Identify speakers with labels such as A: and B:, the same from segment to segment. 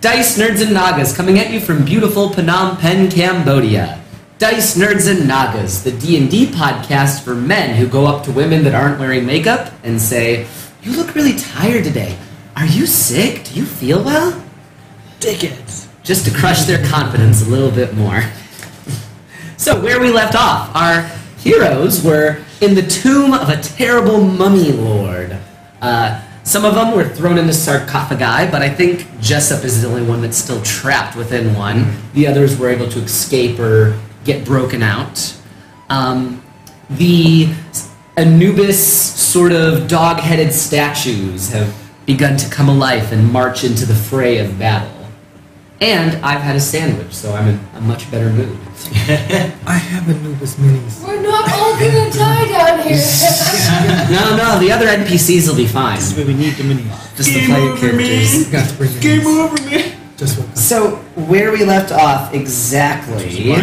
A: Dice Nerds and Nagas coming at you from beautiful Phnom Penh, Cambodia. Dice Nerds and Nagas, the D&D podcast for men who go up to women that aren't wearing makeup and say, "You look really tired today. Are you sick? Do you feel well?"
B: Dickheads.
A: Just to crush their confidence a little bit more. so, where we left off, our heroes were in the tomb of a terrible mummy lord. Uh, some of them were thrown into sarcophagi, but I think Jessup is the only one that's still trapped within one. The others were able to escape or get broken out. Um, the Anubis sort of dog headed statues have begun to come alive and march into the fray of battle. And I've had a sandwich, so I'm in a much better mood.
B: I have Anubis minis.
C: We're not all gonna die down here.
A: No, no, the other NPCs will be fine.
D: This is where we need the minis.
A: Just the player characters.
B: Got to bring
D: Game
B: minis.
D: over, man.
B: Just woke up.
A: So, where we left off exactly.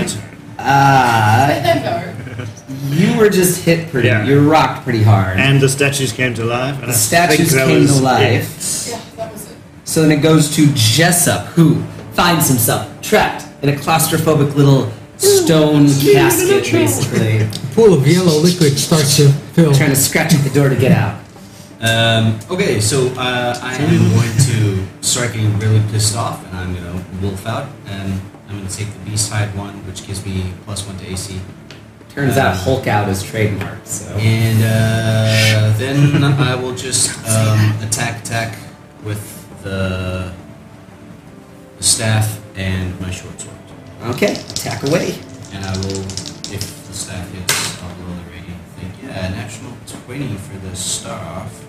A: Uh,
C: no.
A: you were just hit pretty.
D: Yeah.
A: You were rocked pretty hard.
D: And the statues came to life. And
A: the
D: I
A: statues
D: think that
A: came to
D: was
A: life.
C: Yeah, that was it.
A: So then it goes to Jessup, who finds himself trapped in a claustrophobic little stone casket, basically,
B: Pool of yellow liquid starts to fill.
A: trying to scratch at the door to get out.
E: Um, okay, so uh, I am going to start getting really pissed off, and I'm going to wolf out, and I'm going to take the beast hide one, which gives me plus one to AC,
A: Turns out Hulk out is trademark, so.
E: and uh, then I will just um, attack, attack with the, the staff and my short sword,
A: Okay, attack away.
E: and I will, if the staff hits, I'll roll the radiant thing. Yeah, Uh, national twenty for the staff,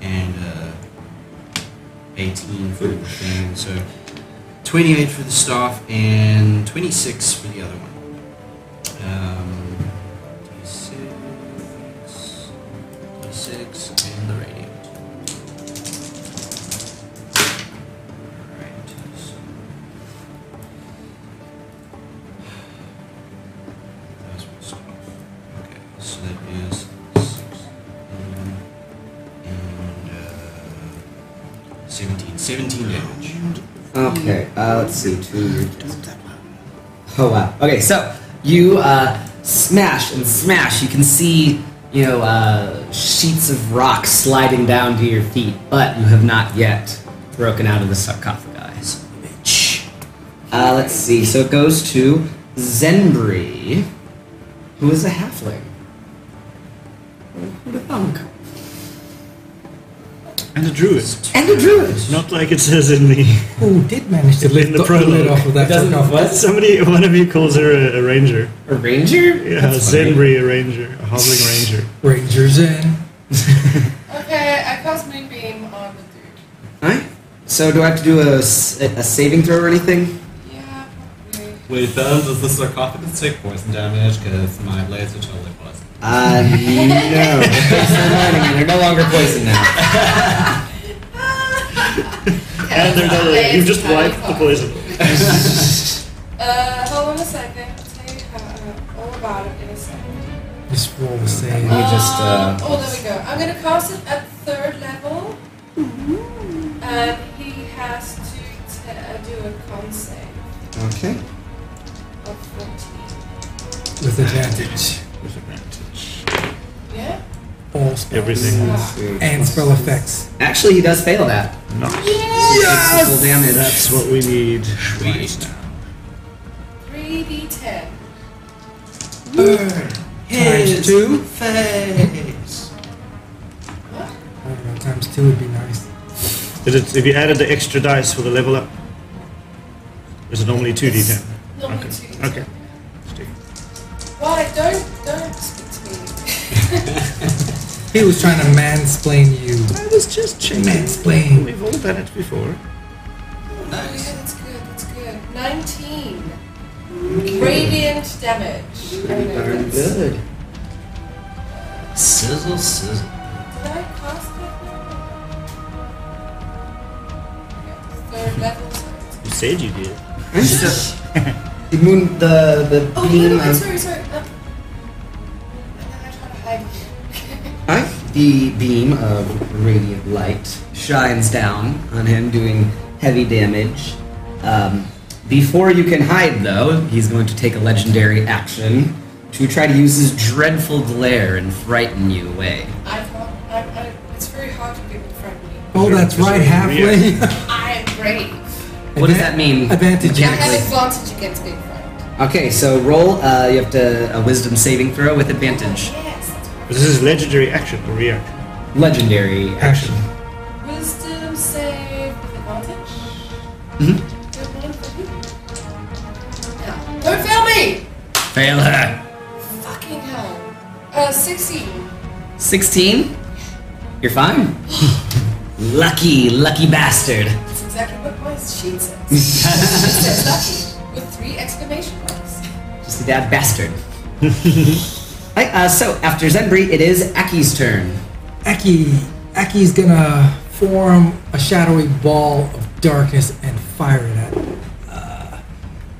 E: and. Uh, 18 for the thing, so 28 for the staff and 26 for the other one. Um, 26, 26 and the radiant. Alright, so. That was my staff. Okay, so that is 16 and uh, 17. 17 damage.
A: Okay, uh, let's see. Two. Oh wow. Okay, so you uh, smash and smash. You can see you know uh, sheets of rock sliding down to your feet, but you have not yet broken out of the sarcophagi. Bitch. Uh, let's see. So it goes to Zenbri, who is a halfling. Who'd have thunk?
D: And the druid.
A: And a druid.
D: Not like it says in the.
B: Who did manage to lift
D: In the
B: the, the lid
D: prologue.
B: off of that
A: Doesn't-
B: sarcophagus?
A: what?
D: Somebody, one of you calls her a, a ranger.
A: A ranger?
D: Yeah,
A: That's funny.
D: Zenbri, a ranger. A hobbling ranger.
B: Rangers in.
C: Okay, I cast Moonbeam on the dude.
A: Alright. So do I have to do a, s- a saving throw or anything?
C: Yeah, probably.
E: Wait, does, does the sarcophagus take poison damage? Because my laser totally was.
A: Uh, no. Thanks for reminding me. They're no longer poison now.
D: And they're not, you've just wiped the poison.
C: Uh, hold on a second. I'll tell you how, uh, all about it in a second.
B: Just roll the same.
A: Let me just, uh,
C: Um, oh, there we go. I'm gonna cast it at third level. And he has to t- uh, do a con save
A: Okay.
C: of 14.
B: With advantage.
D: With advantage.
C: Yeah?
B: All spells.
D: Everything.
A: Let's see.
B: And spell effects.
A: Actually, he does fail that.
D: Not.
A: Yes! Full damage.
D: That's what we need.
E: Sweet.
C: 3d10.
B: Times two.
E: Face!
C: What?
B: I don't know, times two would be nice.
D: Is it, if you added the extra dice for the level up, is it normally 2d10?
C: Normally
D: Okay.
C: 2d10.
D: Okay. Stick.
C: Why? Don't don't speak to me.
B: He was trying to mansplain you.
D: I was just checking.
B: Mansplain.
D: We've all done it before.
C: Oh, yeah, that's good. That's good. Nineteen. Radiant damage. I don't know,
A: Darn
C: that's-
A: good.
E: Sizzle, sizzle.
C: Did I cast that one? Okay, Third level. sorry.
D: You said you did.
A: So, the moon, the the
C: Oh, no,
A: beam
C: no, no,
A: of
C: sorry, sorry. Uh, and then I try to hide here.
A: Alright. the beam of radiant light shines down on him, doing heavy damage. Um, before you can hide, though, he's going to take a legendary action to try to use his dreadful glare and frighten you away.
C: I thought I, I, it's very hard to people friendly.
B: Oh, that's right, halfway.
C: I am brave.
A: What does that mean?
B: Advantage.
C: I have
A: Exactly.
C: advantage against being frightened.
A: Okay, so roll. Uh, you have to a wisdom saving throw with advantage.
C: Yes, that's right.
D: But this is legendary action or reaction.
A: Legendary
B: Action.
C: Wisdom save with advantage. Good one
A: Mm-hmm.
C: for you. Yeah. Don't fail me!
A: Fail her.
C: Fucking hell. Uh, 16.
A: Sixteen. You're fine. lucky, lucky bastard.
C: That's exactly what my sheet says. she says lucky with three exclamation marks.
A: Just a dad bastard. Right, uh, so after Zenbri, it is Aki's turn.
B: Aki. Aki's gonna form a shadowy ball of darkness and fire it at uh,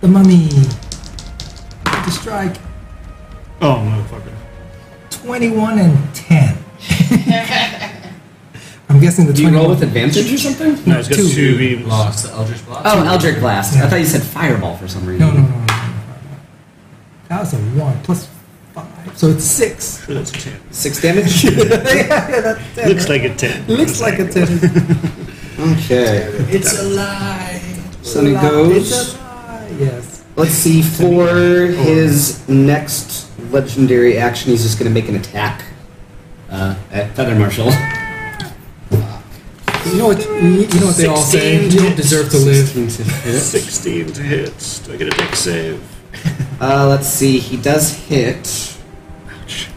B: the mummy. To strike
D: Oh, motherfucker.
B: 21 and 10. I'm guessing the
A: Do you
B: 21.
A: roll with advantage or something?
D: No, it's got
B: Two.
D: two, beams.
E: Blast, the Eldritch Blast.
A: Oh, Eldritch Blast. I
B: Yeah.
A: thought you said Fireball for some reason.
B: No, no, no, no, no. That was a 1 plus 5. So it's 6.
D: Sure, that's a 10.
A: Six damage?
D: Looks like a 10.
B: Looks like a 10.
A: okay.
B: it's a lie.
A: So it
B: Lie.
A: goes-
B: It's a lie. Yes.
A: Let's see, for his next legendary action, he's just going to make an attack uh, at Feather Marshal.
B: You know what, you you know what they all say? You
D: 16
B: don't deserve to live.
A: 16 to hit.
D: 16 to hit. Do I get a deck save?
A: Uh, let's see, he does hit.
D: Ouch.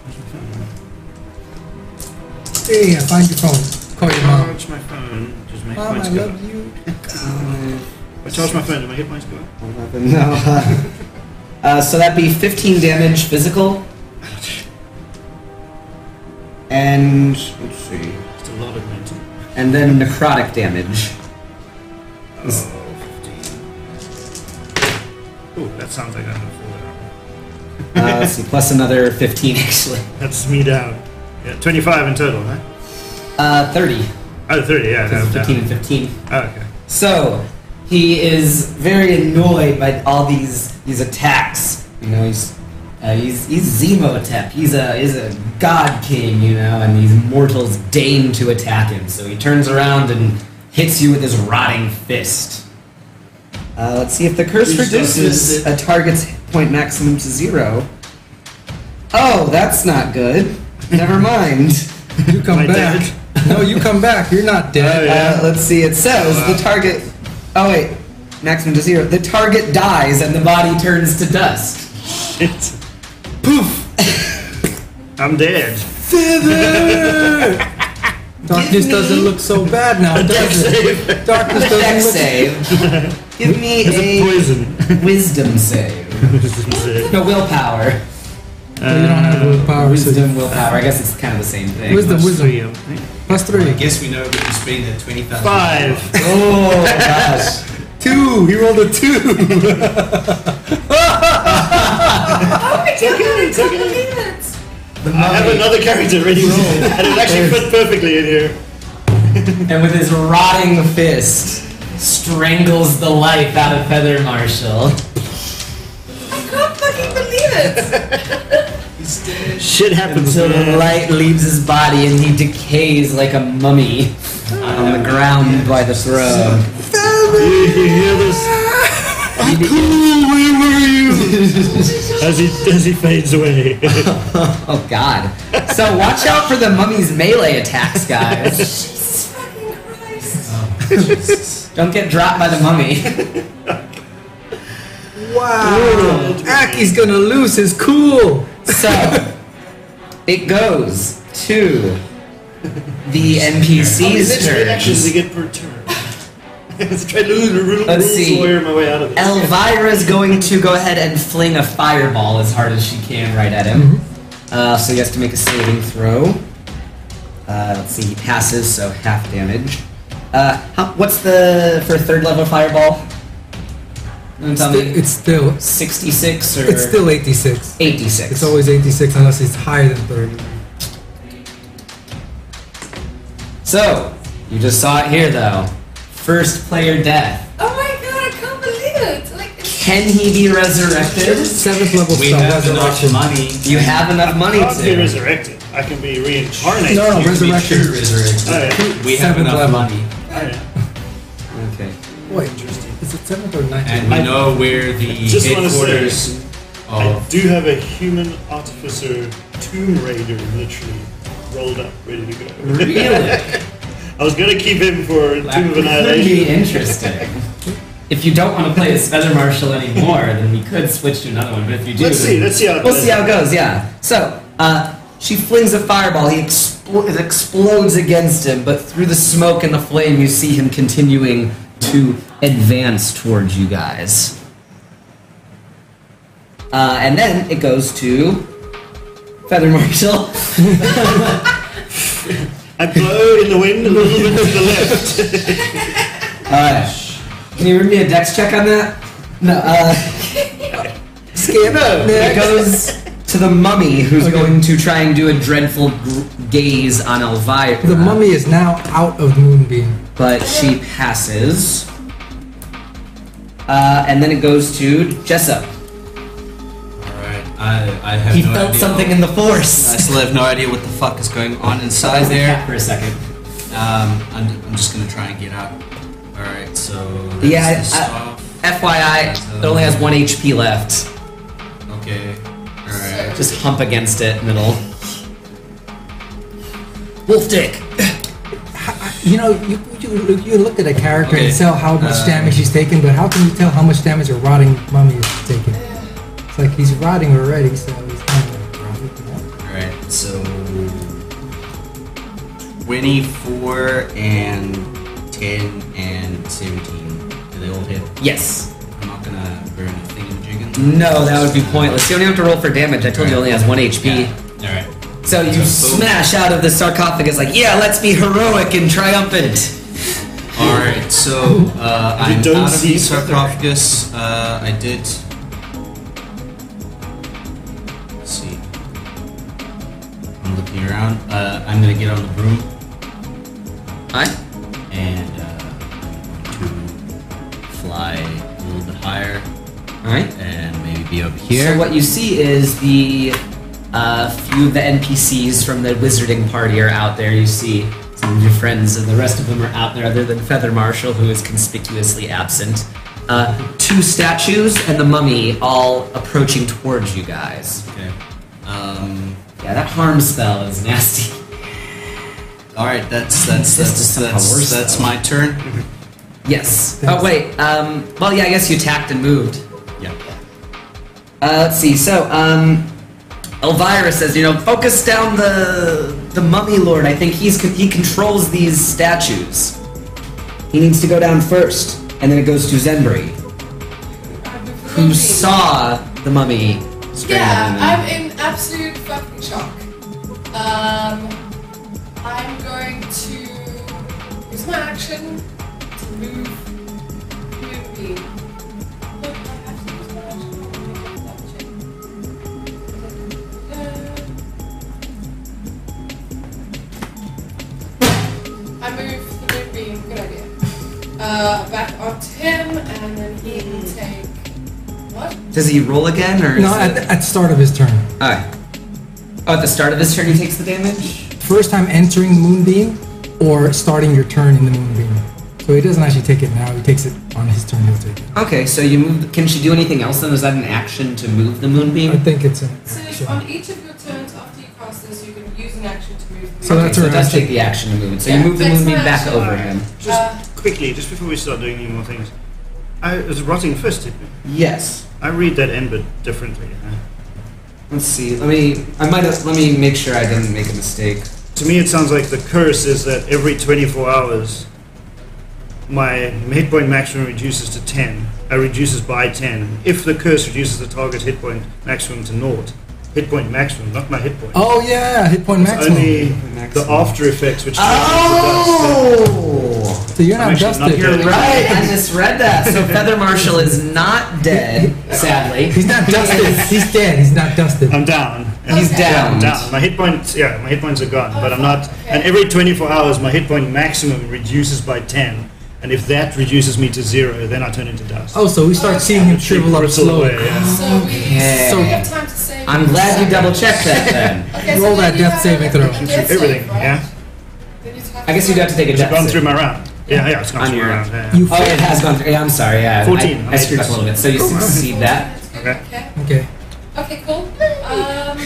B: Hey, I find your phone. Call your mom.
D: Charge my phone. Does my
B: Mom, I
D: points go up?
B: love you.
D: If I charge my phone, do my hit points go up?
A: 11, no. uh, so that'd be 15 damage physical. And, let's see,
D: It's a lot of mental.
A: and then necrotic damage.
D: Oh, 15. Ooh, that sounds like I'm going to fall down.
A: Uh, so plus another 15, actually.
D: That's me down. Yeah, 25 in total, huh?
A: Uh, 30.
D: Oh, 30, yeah. no, I'm
A: 15 and
D: down.
A: 15.
D: Oh, okay.
A: So he is very annoyed by all these these attacks. You know, he's uh, he's he's Zemotep. He's a he's a god king. You know, and these mortals deign to attack him. So he turns around and hits you with his rotting fist. Uh, let's see if the curse
E: Which
A: reduces
E: does
A: a target's hit point maximum to zero. Oh, that's not good. Never mind.
B: You come
D: Am I
B: back. No, you come back. You're not
D: Oh,
B: dead.
D: yeah.
A: Uh, let's see. It says the target. Oh wait, maximum to zero. The target dies and the body turns to dust.
D: Shit. Poof! I'm dead.
B: Feather! Darkness doesn't look so bad now, does it?
A: Dex
B: Darkness doesn't look.
A: save. Give me
D: Is it
A: a
D: poison?
A: wisdom save.
D: Uh,
A: No willpower.
B: you don't have
D: Oh,
B: willpower, so
A: Wisdom,
B: you-
A: willpower. I guess it's kind of the same thing.
B: Wisdom.
D: plus Uh, three, I think.
B: plus
E: I
B: three.
E: guess we know we can spend that 20,000.
D: Five.
A: Oh gosh.
B: Two! He rolled a two!
C: Oh my god, I can't believe it!
A: The
D: I have
A: mummy.
D: another character ready, and it actually fit perfectly in here.
A: And with his rotting fist, strangles the life out of Feather Marshall.
C: I can't fucking believe it!
E: He's dead.
D: Shit happens.
A: Until the
D: man.
A: light leaves his body and he decays like a mummy
D: Oh.
A: on the ground by the throne.
D: You, you hear this? Cool, where were you? as he as he fades away.
A: Oh god. So watch out for the mummy's melee attacks, guys.
C: Jesus fucking Christ!
E: Oh,
A: Don't get dropped by the mummy.
B: Wow! Aki's gonna lose his cool!
A: So it goes to the NPC's
D: actions
A: turn.
D: you get per turn? Let's try to lose the rule.
A: Let's
D: rules
A: see.
D: lawyer my way out of this.
A: Elvira's going to go ahead and fling a fireball as hard as she can right at him. Uh, so he has to make a saving throw. Uh, let's see, he passes, so half damage. Uh, how, what's the for third level fireball? Don't tell me.
B: It's still.
A: 66 or
B: It's still 86.
A: 86.
B: It's always 86 unless it's higher than 30.
A: so you just saw it here though. first player death.
C: Oh my god, I can't believe it! Like, it's-
A: Can he be resurrected?
B: Seventh level
E: We
B: spell,
E: have
B: resurrection.
E: enough money.
A: You have enough money
D: I'll be
A: to.
D: resurrected. I can be reincarnated.
B: No, no,
E: You can be
B: resurrection.
E: true resurrected.
D: Alright.
E: We have
B: Seventh
E: enough
B: level.
E: money.
D: I know.
A: Okay.
B: Wait, is it seventh or ninth?
E: And we
D: I-
E: know where the
D: Just wanna say-
E: headquarters
A: Oh.
D: I
E: of
D: do have a human artificer tomb raider literally rolled up, ready to go.
A: Really?
D: I was gonna keep him for Tomb of
A: Could be
D: Annihilation.
A: interesting. If you don't want to play as Feather Marshal anymore, then we could switch to another one. But if you do,
D: Let's see, let's see how it
A: we'll
D: plays
A: see how
D: out.
A: it goes. Yeah. So uh, she flings a fireball. He expl- it explodes against him, but through the smoke and the flame, you see him continuing to advance towards you guys. Uh, and then it goes to Feather Marshal.
D: I blow in the wind a little bit to the left.
A: Uh, can you read me a dex check on that? No. Uh, skip. It goes to the mummy, who's
B: Okay.
A: going to try and do a dreadful gr- gaze on Elvira.
B: The mummy is now out of Moonbeam.
A: But she passes. Uh, and then it goes to Jessup.
E: Alright, I, I have
A: He
E: no
A: felt
E: idea.
A: something in the
E: I
A: force.
E: still have no idea what the fuck is going on inside
A: Cat
E: there.
A: for a second.
E: Um, I'm, I'm just gonna try and get out. Alright, so that's
A: Yeah,
E: the
A: I-
E: stuff.
A: FYI, it only has one HP left.
E: Okay. Alright.
A: Just hump against it, middle. Wolf dick.
B: You know, you, you, you look at a character
E: Okay,
B: and tell how much
E: uh,
B: damage he's taken, but how can you tell how much damage a rotting mummy is taking? It's like he's rotting already, so he's kind of rotting.
E: Alright, so 24 and 10 and 17. Do they all hit?
A: Yes.
E: I'm not gonna burn a thingamajig.
A: No, that would be pointless. You don't even have to roll for damage. I told you it only has one HP.
E: Yeah. Alright.
A: So you
E: Boom.
A: smash out of the sarcophagus like, yeah, let's be heroic and triumphant.
E: Alright, so uh,
D: You
E: I'm
D: don't
E: out of
D: see
E: the
D: it, but they're-
E: sarcophagus. Uh, I did. Let's see. I'm looking around. Uh, I'm gonna get on the broom
A: Hi.
E: and uh, I'm going to fly a little bit higher
A: All right.
E: and maybe be up
A: So
E: here.
A: what you see is the uh, few of the NPCs from the wizarding party are out there. You see some of your friends, and the rest of them are out there, other than Feather Marshal, who is conspicuously absent. Uh, two statues and the mummy all approaching towards you guys.
E: okay. Um,
A: Yeah, that harm spell is nasty.
E: all right, that's that's
A: This
E: that's
A: is somehow
E: that's,
A: worse,
E: that's
A: though.
E: my turn.
A: Yes.
B: Thanks.
A: Oh wait. Um, well, yeah. I guess you attacked and moved.
E: Yeah.
A: Uh, let's see. So, um, Elvira says, you know, focus down the the mummy lord. I think he's he controls these statues. He needs to go down first, and then it goes to Zenbri,
C: I'm
A: who
C: completely-
A: saw the mummy. straight
C: Yeah,
A: up
C: I'm
A: and-
C: in absolute fucking shock. Um, I'm going to use my action to move human being. No, I have to use my action. I move the moon beam, good idea. Uh, back up to him, and then he will take. What?
A: Does he roll again, or
B: No,
A: is
E: uh,
B: at,
A: it-
B: at the start of his turn.
A: All right. Oh, at the start of his turn, he takes the damage.
B: First time entering Moonbeam or starting your turn in the Moonbeam. So he doesn't actually take it now, he takes it on his turn, he'll take it.
A: Okay, so you move. Can she do anything else? Then is that an action to move the moonbeam?
B: I think it's an
C: So
B: action.
C: on each of your turns after you cast this, you can use an action to move. Uh, the
B: So
C: movement.
B: that's
A: so
B: her
A: it does
B: action.
A: take the action to move it. So
C: Yeah,
A: you move the
C: takes
A: moonbeam
C: my
A: back
C: action.
A: over him.
D: Just
C: Uh,
D: quickly, just before we start doing any more things, I, it was a rotting fist. didn't it?
A: Yes.
D: I read that ember differently. huh?
A: Let's see. Let me. I might have. Let me make sure I didn't make a mistake.
D: To me, it sounds like the curse is that every 24 hours, my hit point maximum reduces to 10. I reduces by 10. If the curse reduces the target's hit point maximum to naught, hit point maximum, not my hit point.
B: Oh yeah, hit point
D: it's
B: maximum.
D: only the
A: Maximum.
D: after effects which.
A: Oh!
B: so you're not
D: I'm actually not
B: dusted.
D: here.
A: You're right. I misread that. So Feather Marshall is not dead, sadly.
B: He's not dusted. he's dead. He's not dusted.
D: I'm down.
A: He's
D: I'm
A: down.
D: down. My hit points, yeah, my hit points are gone, but I'm not.
C: Okay.
D: And every 24 hours, my hit point maximum reduces by 10. And if that reduces me to zero, then I turn into dust.
B: Oh, so we start seeing him
D: Which they
B: shrivel up
D: bristle
B: slowly.
D: away, yeah.
B: Ah.
C: So we,
A: Okay.
C: so we have time to save.
A: I'm glad you double checked that then.
C: Okay, so
B: Roll that
C: then you
B: death
C: have
B: saving
C: a-
B: throw.
C: a death save,
D: Everything,
C: right?
D: yeah.
C: Then you'd have
A: I guess you'd have to take a
D: It's
A: death
D: gone
A: save.
D: through my round. Yeah, yeah, it's gone
A: On
D: through
A: your
D: my round.
A: round.
D: Yeah,
B: You
A: Oh, it has gone through. Yeah, I'm sorry. Yeah, I-
D: 14.
A: I, screwed up a little bit. So you succeed that.
D: Okay.
C: Okay. okay.
B: Okay.
C: Okay, cool. Um,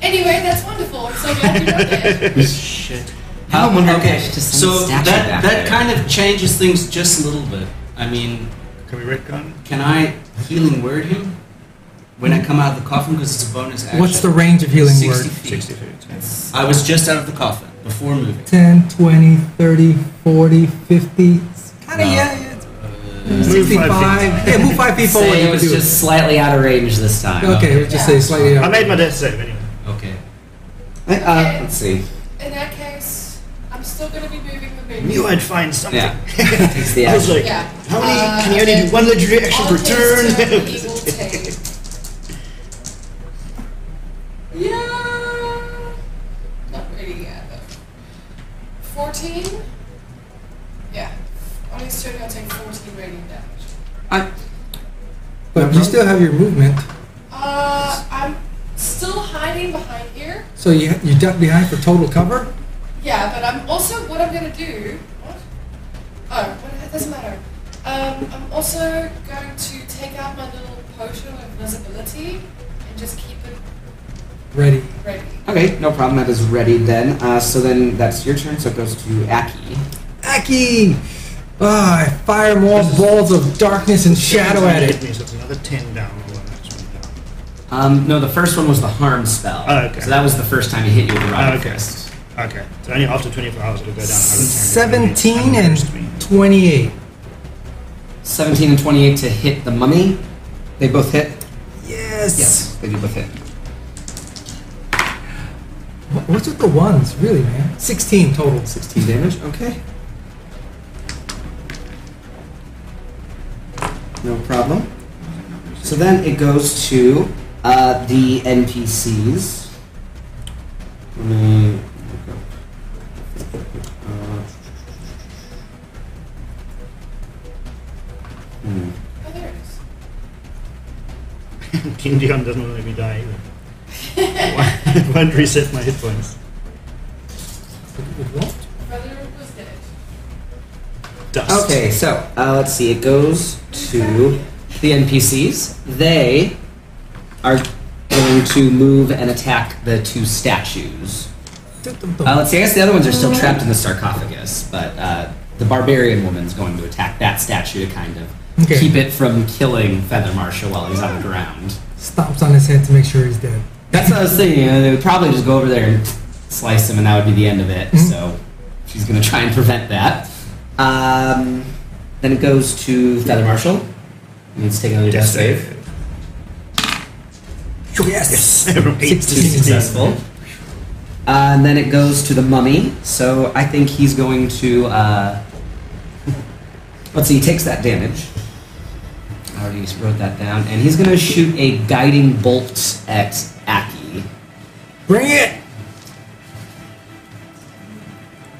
C: anyway, that's wonderful. I'm so glad you wrote that.
E: Shit.
A: How
F: wonder if
A: okay.
F: there's just some
E: So that
F: statue back
E: that
F: there.
E: kind of changes things just a little bit. I mean,
D: yeah. Can we retcon?
E: can I healing word him when I come out of the coffin because it's a bonus action?
B: What's the range of healing
E: 60
B: word?
E: feet.
D: 60 feet. yeah.
E: I was just out of the coffin before moving.
B: 10, 20, 30, 40, 50. Kind of,
E: No.
B: yeah. yeah.
E: Uh,
D: Move
B: 65.
D: five
B: Yeah, move five feet
A: Say
B: forward. you
A: it
B: can
A: was
B: do
A: just slightly out of range this time.
B: it. Okay, we'll just say slightly
D: I
B: up.
D: made my death save anyway.
E: okay.
A: Uh, let's see.
C: In that case, I'm still going to be moving the
D: I
C: baby.
D: knew I'd find something.
A: Yeah. Takes the
D: I was
A: action.
D: like,
C: Yeah.
D: how many?
C: Uh,
D: can you only do
C: then
D: one legendary action
C: On
D: per
C: his
D: turn?
C: turn, he will take. Yeah. Not really yet, though. 14? Yeah. On his turn, he'll take 14 radiant damage.
B: But you still have your movement.
C: Uh, I'm still hiding behind here.
B: So you, you duck behind for total cover?
C: Yeah, but I'm also what I'm gonna do. What? Oh, well, it doesn't matter. Um, I'm also going to take out my little potion of invisibility and just keep it
B: Ready.
C: ready.
A: Okay, no problem. That is ready then. Uh, so then that's your turn. So it goes to Aki.
B: Aki! Ah, I fire more balls of darkness and shadow at
D: Hit
B: it.
D: me, so it's another 10 down or one action down.
A: Um, no, the first one was the harm spell.
D: Oh, okay.
A: So that was the first time he hit you with the
D: Oh,
A: rocket
D: okay.
A: fist.
D: Okay. So only after 24 hours it'll go down. another 10.
B: 17
D: Just me.
B: and 28.
A: 17 and 28 to hit the mummy. They both hit?
B: Yes.
A: They do both hit.
B: Wh- What's with the ones, really, man? 16 total.
A: 16 damage, okay. No problem. So then it goes to uh, the NPCs. Let me look up. Uh, hmm.
C: Oh, there it is.
D: King Dion doesn't want to let me die either. Why- Won't reset my hit points.
B: With what?
C: Brother was dead.
D: Dust.
A: Okay, so uh, let's see. It goes to the NPCs. They are going to move and attack the two statues.
B: Dun, dun, dun.
A: Uh, let's see. I guess the other ones are still trapped in the sarcophagus, but uh, the barbarian woman's going to attack that statue to kind of
B: Okay.
A: keep it from killing Feather Marshall while he's on the ground.
B: Stomps on his head to make sure he's dead.
A: That's what I was thinking. uh, They would probably just go over there and slice him, and that would be the end of it.
B: Mhm.
A: So she's going to try and prevent that. Um, then it goes to Feather Marshal. He needs to take another death save.
B: Yes!
A: It's successful. Uh, and then it goes to the mummy. So I think he's going to. Uh, let's see. He takes that damage. I already wrote that down, and he's going to shoot a guiding bolt at Aki.
B: Bring it!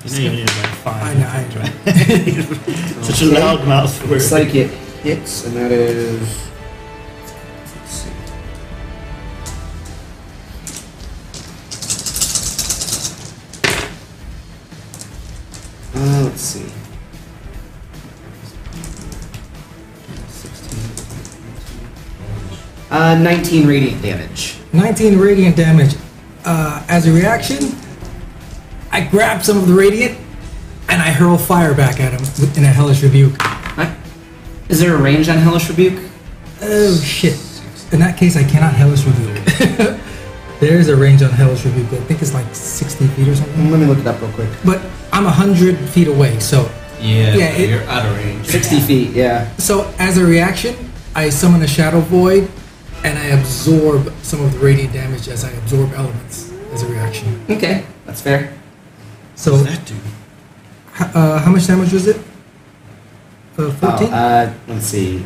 D: You know you only need like
B: I
D: five.
B: know, I know.
D: Such a loud mouth for
A: Looks like it hits, and that is. Let's see. Uh, let's see. 16, 19. Uh, 19 radiant damage.
B: 19 radiant damage. Uh, as a reaction, I grab some of the radiant and I hurl fire back at him with- in a hellish rebuke.
A: Huh? Is there a range on Hellish Rebuke?
B: Oh shit! In that case, I cannot hellish rebuke. there is a range on hellish rebuke. but I think it's like 60 feet or something.
A: Let me look it up real quick.
B: But I'm 100 feet away, so
E: Yeah,
B: Yeah,
E: but
B: it-
E: you're out of range.
A: 60 feet, yeah.
B: so as a reaction, I summon a shadow void and I absorb some of the radiant damage as I absorb elements as a reaction.
A: Okay, that's fair.
B: So
E: That dude.
B: H- uh, how much damage was it? Uh, 14?
A: Oh, uh, let's see.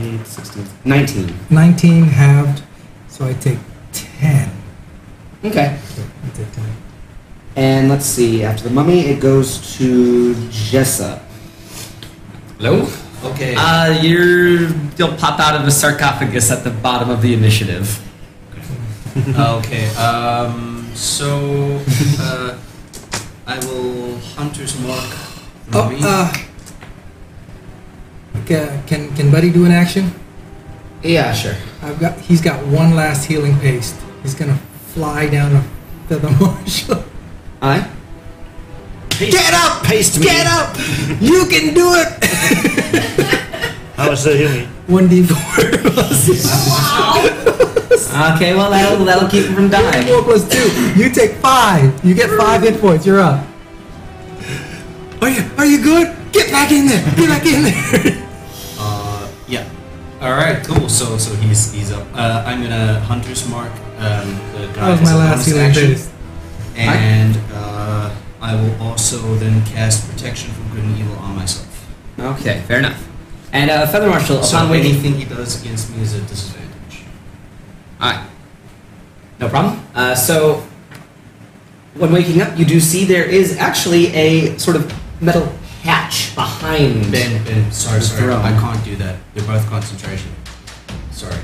A: 8, 16, 19.
B: 19 halved, so I take 10.
A: Okay.
B: So I take 10.
A: And let's see, after the mummy, it goes to Jessup. Hello?
E: Okay.
A: Uh, you're, you'll pop out of the sarcophagus at the bottom of the initiative.
E: Uh, okay. Um, so uh, I will hunter's mark.
B: Oh,
E: Mummy.
B: uh, ca- can can Buddy do an action?
A: Yeah, sure.
B: I've got. He's got one last healing paste. He's gonna fly down to the marshal.
A: I?
B: Get up!
E: Paste me.
B: Get up! You can do it.
D: How much did that heal me?
B: One d four.
A: Okay, well, that'll, that'll keep him from dying.
B: Four plus two. You take five. You get five hit points. You're up. Are you Are you good? Get back in there. Get back in there.
E: Uh, yeah. All right. Cool. So so he's he's up. Uh, I'm gonna hunter's mark. Um, the guy
B: that was
E: as
B: my
E: a
B: last
E: bonus
B: healing
E: action.
B: paste.
E: And uh, I will also then cast protection from good and evil on myself.
A: Okay, fair enough. And uh, Feather Marshal,
E: So
A: upon waking.
E: anything he does against me is a disadvantage.
A: Alright. No problem. Uh, so, when waking up, you do see there is actually a sort of metal hatch behind.
E: Ben, Ben, sorry,
A: Just
E: sorry,
A: throw.
E: I can't do that. They're both concentration. Sorry,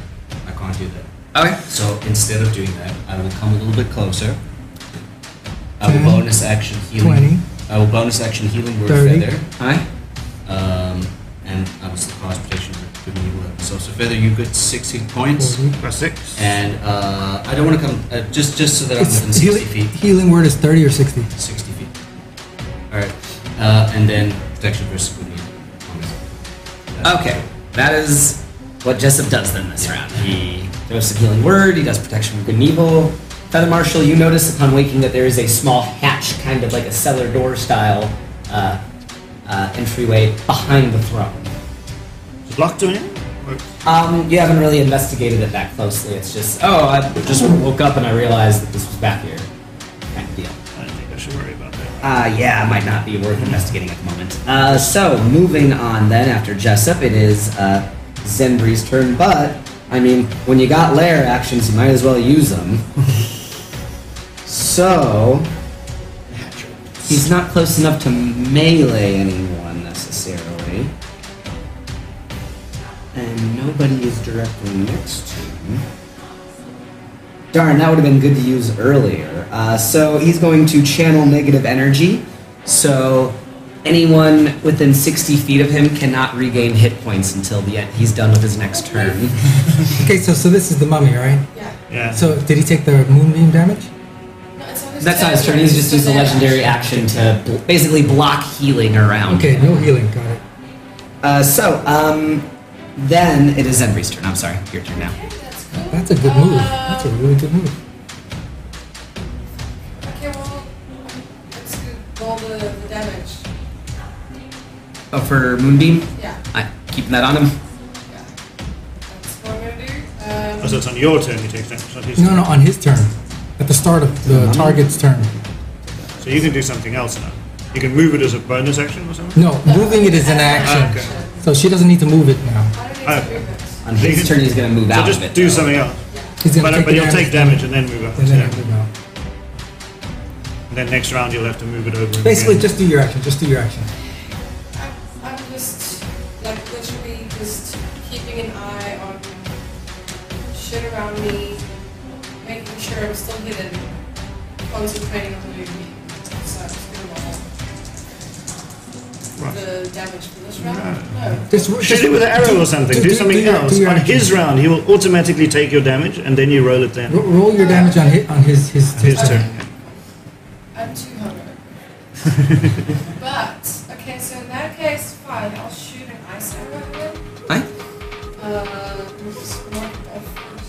E: I can't do that.
A: Okay.
E: So instead of doing that, I will come a little bit closer. I will
B: Ten,
E: bonus action
B: 20,
E: healing. I will bonus action healing word
B: 30.
E: feather.
A: Alright.
E: Um, and I will still cause protection for good and evil. So, so feather, you get six hit points.
B: forty.
D: Plus six.
E: And uh, I don't want to come uh, just just so that I'm within
B: It's
E: sixty
B: healing,
E: feet.
B: healing word is thirty or sixty.
E: Sixty feet. All right. Uh, and then protection versus good and evil. on myself. That's-
A: Okay, that is what Jessup does then this round. He throws a healing word, he does protection from good and evil. Feather Marshal, you notice upon waking that there is a small hatch, kind of like a cellar door style uh, uh, entryway behind the throne.
D: Is it locked or anything? Or-
A: Um, you haven't really investigated it that closely. It's just, oh, I just woke up and I realized that this was back here. Kind of deal.
D: I don't think I should worry about that.
A: Uh, yeah, might not be worth investigating at the moment. Uh, so, moving on then, after Jessup, it is uh, Zenbri's turn, but, I mean, when you got lair actions, you might as well use them. so, he's not close enough to melee anyone necessarily. And nobody is directly next to him. Darn, that would have been good to use earlier. Uh, so he's going to channel negative energy. So anyone within 60 feet of him cannot regain hit points until the end. he's done with his next turn.
B: Okay, so so this is the mummy, right?
C: Yeah.
D: Yeah.
B: So did he take the moonbeam damage?
C: No, it's not his
A: That's
C: turn.
A: not his turn. He's just
C: It's
A: used a
C: their
A: legendary
C: action.
A: action to bl- basically block healing around.
B: Okay, no healing. Got it.
A: Uh, so um, then it is Zenri's turn. I'm sorry, your turn now.
C: Okay, that's cool.
B: That's a good move.
C: Uh,
B: That's a really good move.
C: Okay, well, mm, let's do roll the, the damage.
A: Oh, for Moonbeam,
C: Yeah,
A: I keeping that on him.
C: yeah. That's what I'm gonna do.
D: Oh, so
C: Um,
D: it's on your turn you take damage, not his
B: No,
D: turn.
B: no, on his turn, at the start of
E: Mm-hmm.
B: the target's turn.
D: So you can do something else now. You can move it as a bonus action or something?
B: No, moving it is an action,
D: Okay.
B: so she doesn't need to move it now.
C: I don't need
D: Oh.
C: to move it.
A: On his turn, he's gonna move
D: So
A: out
D: just
A: of it.
D: do
A: though.
D: something else.
B: He's gonna
D: But, uh,
B: take
D: but
B: the
D: you'll take damage and then move up.
B: And then
D: yeah.
B: move out.
D: And then next round you'll have to move it over. and
B: Basically,
D: again.
B: just do your action. Just do your action.
C: I'm, I'm just, like, literally just keeping an eye on shit around me, making sure I'm still hidden, concentrating on the movement. So I'm just gonna roll
D: Right.
C: the damage for this round. No.
B: Just, just
D: Shoot it with an arrow or something. Do something
B: your- do
D: else.
B: your
D: On
B: action.
D: his round, he will automatically take your damage and then you roll
B: Ro-
D: it then.
B: roll your damage on his on his his,
D: His
B: turn.
D: turn.
C: I'm too hungry. but okay, so in that case, fine. I'll shoot an ice arrow at him.
A: Aye.
C: Uh, this is one of-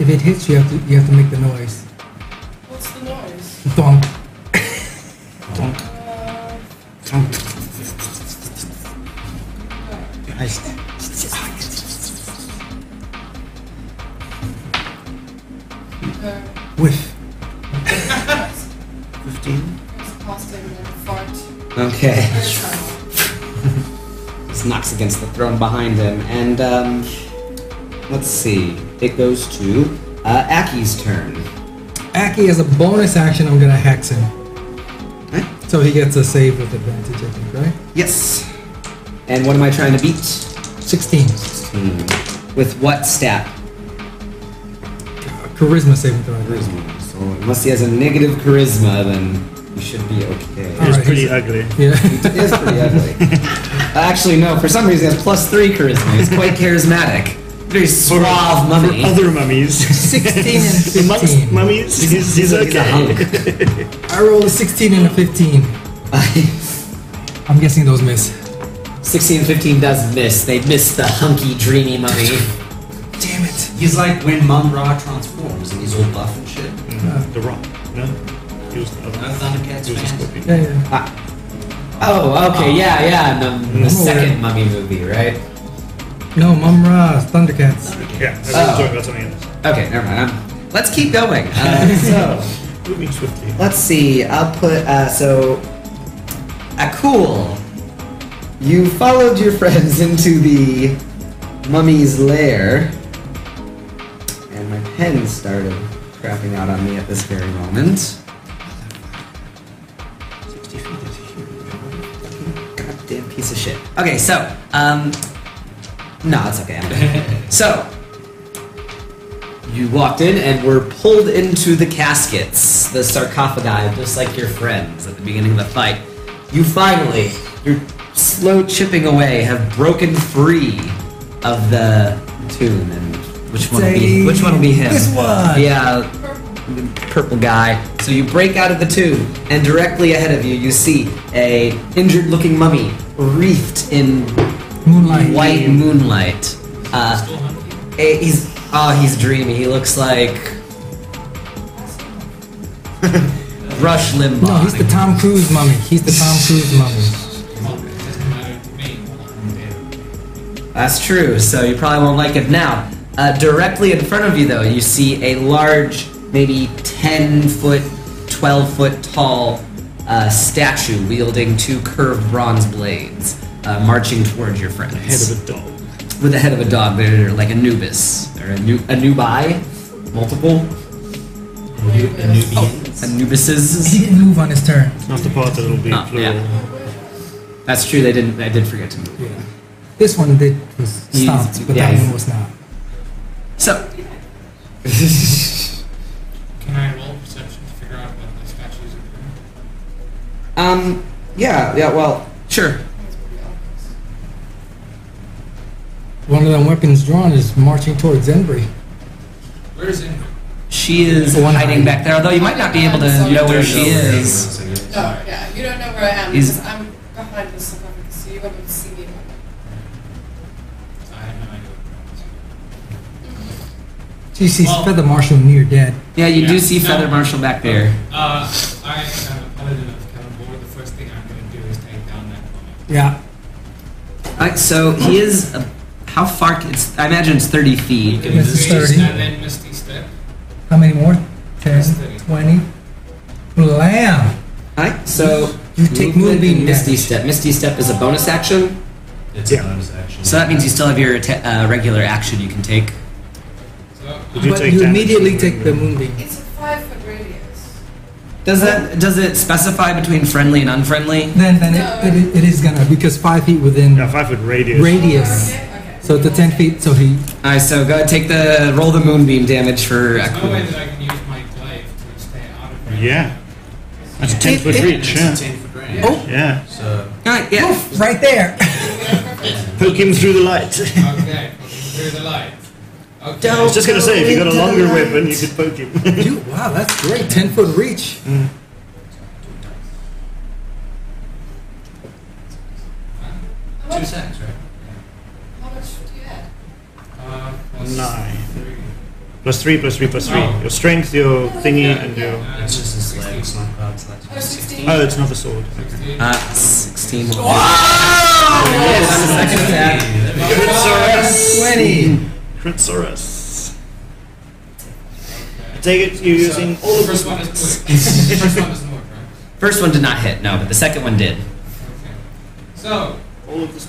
B: If it hits, you have to you have to make the noise.
C: What's the noise?
B: Thump.
C: Uh, no,
B: Whiff.
D: Fifteen.
C: it's past him and fart.
A: Okay. This knocks against the throne behind him. And um, let's see. It goes to uh, Aki's turn.
D: Eh?
B: Aki, as a bonus action, I'm gonna hex him. So he gets a save with advantage, I think, right?
A: Yes. And what am I trying to beat? Hmm.
B: 16.
A: With what stat?
B: Charisma saving throw. I think.
A: Charisma. So unless he has a negative charisma, then he should be okay.
B: Alright.
D: It's pretty ugly.
B: Yeah.
A: It is pretty ugly. Uh, Actually, no. For some reason, he has plus three charisma. He's quite charismatic. Very suave mummy.
D: For other mummies.
B: 16 and
D: Amongst
B: 15.
D: mummies, he's, he's
A: He's a hunk.
D: okay.
B: I rolled a 16 and a 15. I'm guessing those miss.
A: 16 15 does miss. They miss the hunky, dreamy mummy.
B: Damn it.
E: He's like when Mum Ra transforms and he's all buff and shit.
D: Mm, The rock. No? He was the other
E: No
D: one.
E: Thundercats
D: He was the
E: fans.
D: scorpion.
B: Yeah, yeah.
A: Oh, okay, yeah, yeah. The, the second mummy movie, right?
B: No, Mum Ra, Thundercats.
D: Yeah, I was
A: Oh.
D: talking about something else.
A: Okay, never mind. I'm, let's keep going. Uh, so.
D: Moving swiftly.
A: Let's see. I'll put uh, so. Ah, cool. You followed your friends into the mummy's lair, and my pen started crapping out on me at this very moment.
E: 60 feet is a huge
A: Goddamn piece of shit. Okay, so um, no, it's okay. I'm good. so you walked in and were pulled into the caskets, the sarcophagi, just like your friends at the beginning of the fight. You finally, your slow chipping away, have broken free of the tomb. And which one will be? Which one will be him?
B: This one.
A: Yeah, the purple guy. So you break out of the tomb, and directly ahead of you, you see a injured-looking mummy wreathed in
B: Moonlight.
A: white moonlight. Uh, eh, he's oh, he's dreamy. He looks like Rush Limbaugh.
B: No, he's the Tom Cruise mummy. He's the Tom Cruise mummy.
A: That's true, so you probably won't like it now. Uh, directly in front of you, though, you see a large, maybe 10 foot, 12 foot tall uh, statue wielding two curved bronze blades, uh, marching towards your friends.
D: Head of a dog.
A: With the head of a dog, they're like Anubis, or Anu- Anubi, multiple
B: He
A: Anubises.
B: can move on his turn.
D: Not the part that'll be
A: Oh,
D: plural.
A: yeah. That's true, they didn't, I did forget to move.
B: Yeah. This one did was stomped, but
A: yeah,
B: that
A: he's-
B: one was not.
A: So,
F: Can I roll perception to figure out what the statues are doing?
A: um, yeah, yeah, well, sure.
B: One of them weapons drawn is marching towards Embry.
F: Where is Ingrid?
A: She is
B: One
A: hiding
B: hiding.
A: back there, although you might not be able to
C: Sorry.
A: know where she is.
C: No, yeah, you don't know where I am
A: Is-
C: because I'm behind the sarcophagus, so you won't be able to see me.
F: I have no idea. what
B: She sees
F: Well-
B: Feather Marshall near dead.
A: Yeah, you do
F: Yeah.
A: see Feather
F: No.
A: Marshall back there.
F: Uh, I am a paladin of Cannonball. The first thing I'm going to do is take down that mummy.
B: Yeah.
A: Alright, so he is. uh how far? c- It's, I imagine it's 30
F: You
A: feet.
F: can
B: This is
F: reach
B: 30.
F: and then Misty Step.
B: How many more? 10,
F: That's 30.
B: 20. Blam!
A: Alright, so.
B: You take
A: movement
B: moonbeam
A: and Misty
B: damage.
A: Step. Misty Step is a bonus action,
E: It's
D: Yeah.
E: a bonus action.
A: so that means you still have your atta- uh, regular action you can take.
F: So,
D: Did you
B: but
D: take
B: you
D: damage?
B: immediately take the moonbeam.
C: It's a five foot radius.
A: Does that does it specify between friendly and unfriendly?
B: Then, then
C: No.
B: it, it, it is gonna, because 5 feet within.
D: Yeah, five foot radius.
B: Radi- Radius.
C: Okay, okay.
B: So the 10 feet, so he.
A: Alright, so go ahead, take the roll the moonbeam damage for.
F: there's no way
A: Akuma.
F: that I can use my glaive to stay out of range.
D: Yeah. That's a
E: Yeah.
D: 10 foot
B: It- it-
D: reach, yeah.
E: It's a 10 foot range.
B: Oh.
D: Yeah.
E: So,
A: Alright, yeah.
B: Right there!
D: Poke him through the light. I
F: Okay, well, through the light. Okay.
B: Don't-
D: was just going to say, if you got a
B: Into the
D: longer
B: light.
D: weapon, you could poke him.
B: Dude, wow, that's great. 10 foot reach.
C: How
E: two
C: much,
E: attacks, right?
C: how much do you have?
F: Uh, plus
D: Nine.
F: three.
D: Plus three, plus three, plus three.
F: Oh.
D: Your strength, your thingy,
F: Yeah,
D: and
F: yeah.
D: your.
F: Uh,
E: It's just a slight,
F: 16.
E: it's not bad, it's like
C: Oh, 16.
D: Oh, it's not the sword.
F: Sixteen.
A: Uh, 16. will- Oh,
E: That's
A: Yes, on the second attack.
D: Critsaurus! Critsaurus. I Take it, you're using
F: so,
D: all of
F: the first
D: this
F: one is quick. the first one doesn't work, right?
A: First one did not hit, no, but the second one did.
F: Okay. So,
D: All of this.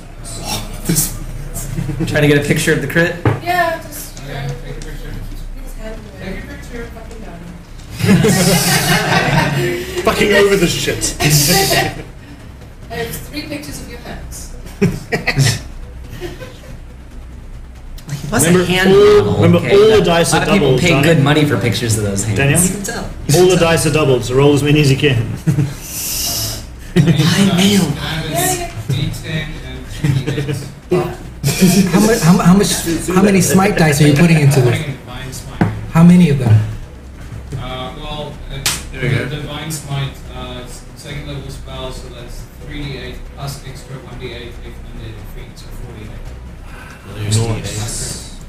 A: Trying to get a picture of the crit.
C: Yeah, just, you
F: okay,
C: know,
F: take a picture.
C: his hand
F: Take
C: away.
F: a picture.
C: Fucking done.
D: fucking over this shit.
C: I have three pictures of your hands.
A: He wasn't
D: Remember
A: hand
D: all-
A: model,
D: remember
A: okay?
D: all the
A: That-
D: dice
A: A
D: are
A: lot of people
D: double,
A: pay
D: Johnny.
A: good money for pictures of those hands.
D: Daniel?
A: You can tell.
D: All the dice are doubled, so roll as many as you can.
A: I nailed.
F: That is D10 and 3d8.
B: How much? How, mu- how much? How many smite dice are you putting into
F: Putting
B: this?
F: in divine smite.
B: How many of them?
F: Uh, well, it's
E: There we go.
F: divine smite. Uh, it's second level spell, so that's 3d8 plus extra 1d8 if needed. Three, so 48.
E: Well, there's D8s.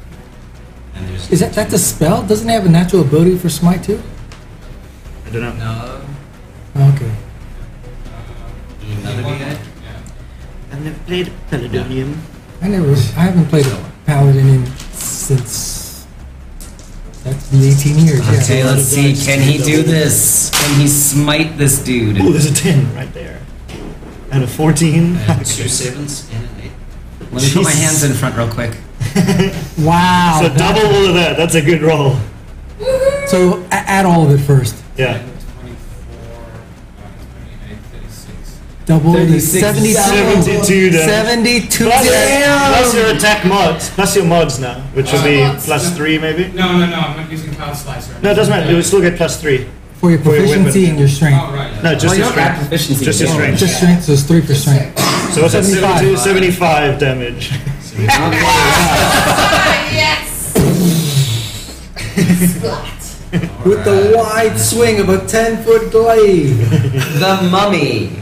E: And there's
B: Is that that's a spell? Doesn't it have a natural ability for smite too?
D: I don't know.
A: Uh,
E: No.
B: Okay.
F: Uh,
E: Another
F: one-
E: D8?
F: Yeah.
D: I've never played Paladinium.
B: I never. I haven't played a paladin in, since that's been 18 years.
A: Okay,
B: Yeah.
A: let's see. Can he do this? Can he smite this
D: Oh,
A: dude?
D: there's a 10 right there. And a 14.
E: And two sevens and an eight.
A: Let me put my
D: Jesus.
A: hands in front real quick.
B: Wow.
D: so double all of that. That's a good roll.
B: So a- add all of it first.
D: Yeah.
F: 24, uh, 28, 36.
B: Double the
A: 36.
B: 72.
D: 72 damage.
B: 72
D: Plus,
B: damage.
D: plus your attack mods. Plus your mods now, which will
F: Uh,
D: be
C: mods.
D: plus 3 maybe.
F: No, no, no, I'm not using Cloud Slicer.
D: No, it doesn't matter. You will still get plus 3.
B: For your
D: For your
B: proficiency
D: weapon.
B: and your strength.
F: Oh, right.
D: No, just
A: Well, you
D: your
A: don't have
D: strength.
A: proficiency.
D: Just your
A: yet.
D: strength.
B: Just strength, so it's 3 for strength.
D: So what's that?
B: 75.
D: 72, 75 damage.
C: Ah, yes! Splat.
B: With the wide swing of a 10 foot glaive.
A: The mummy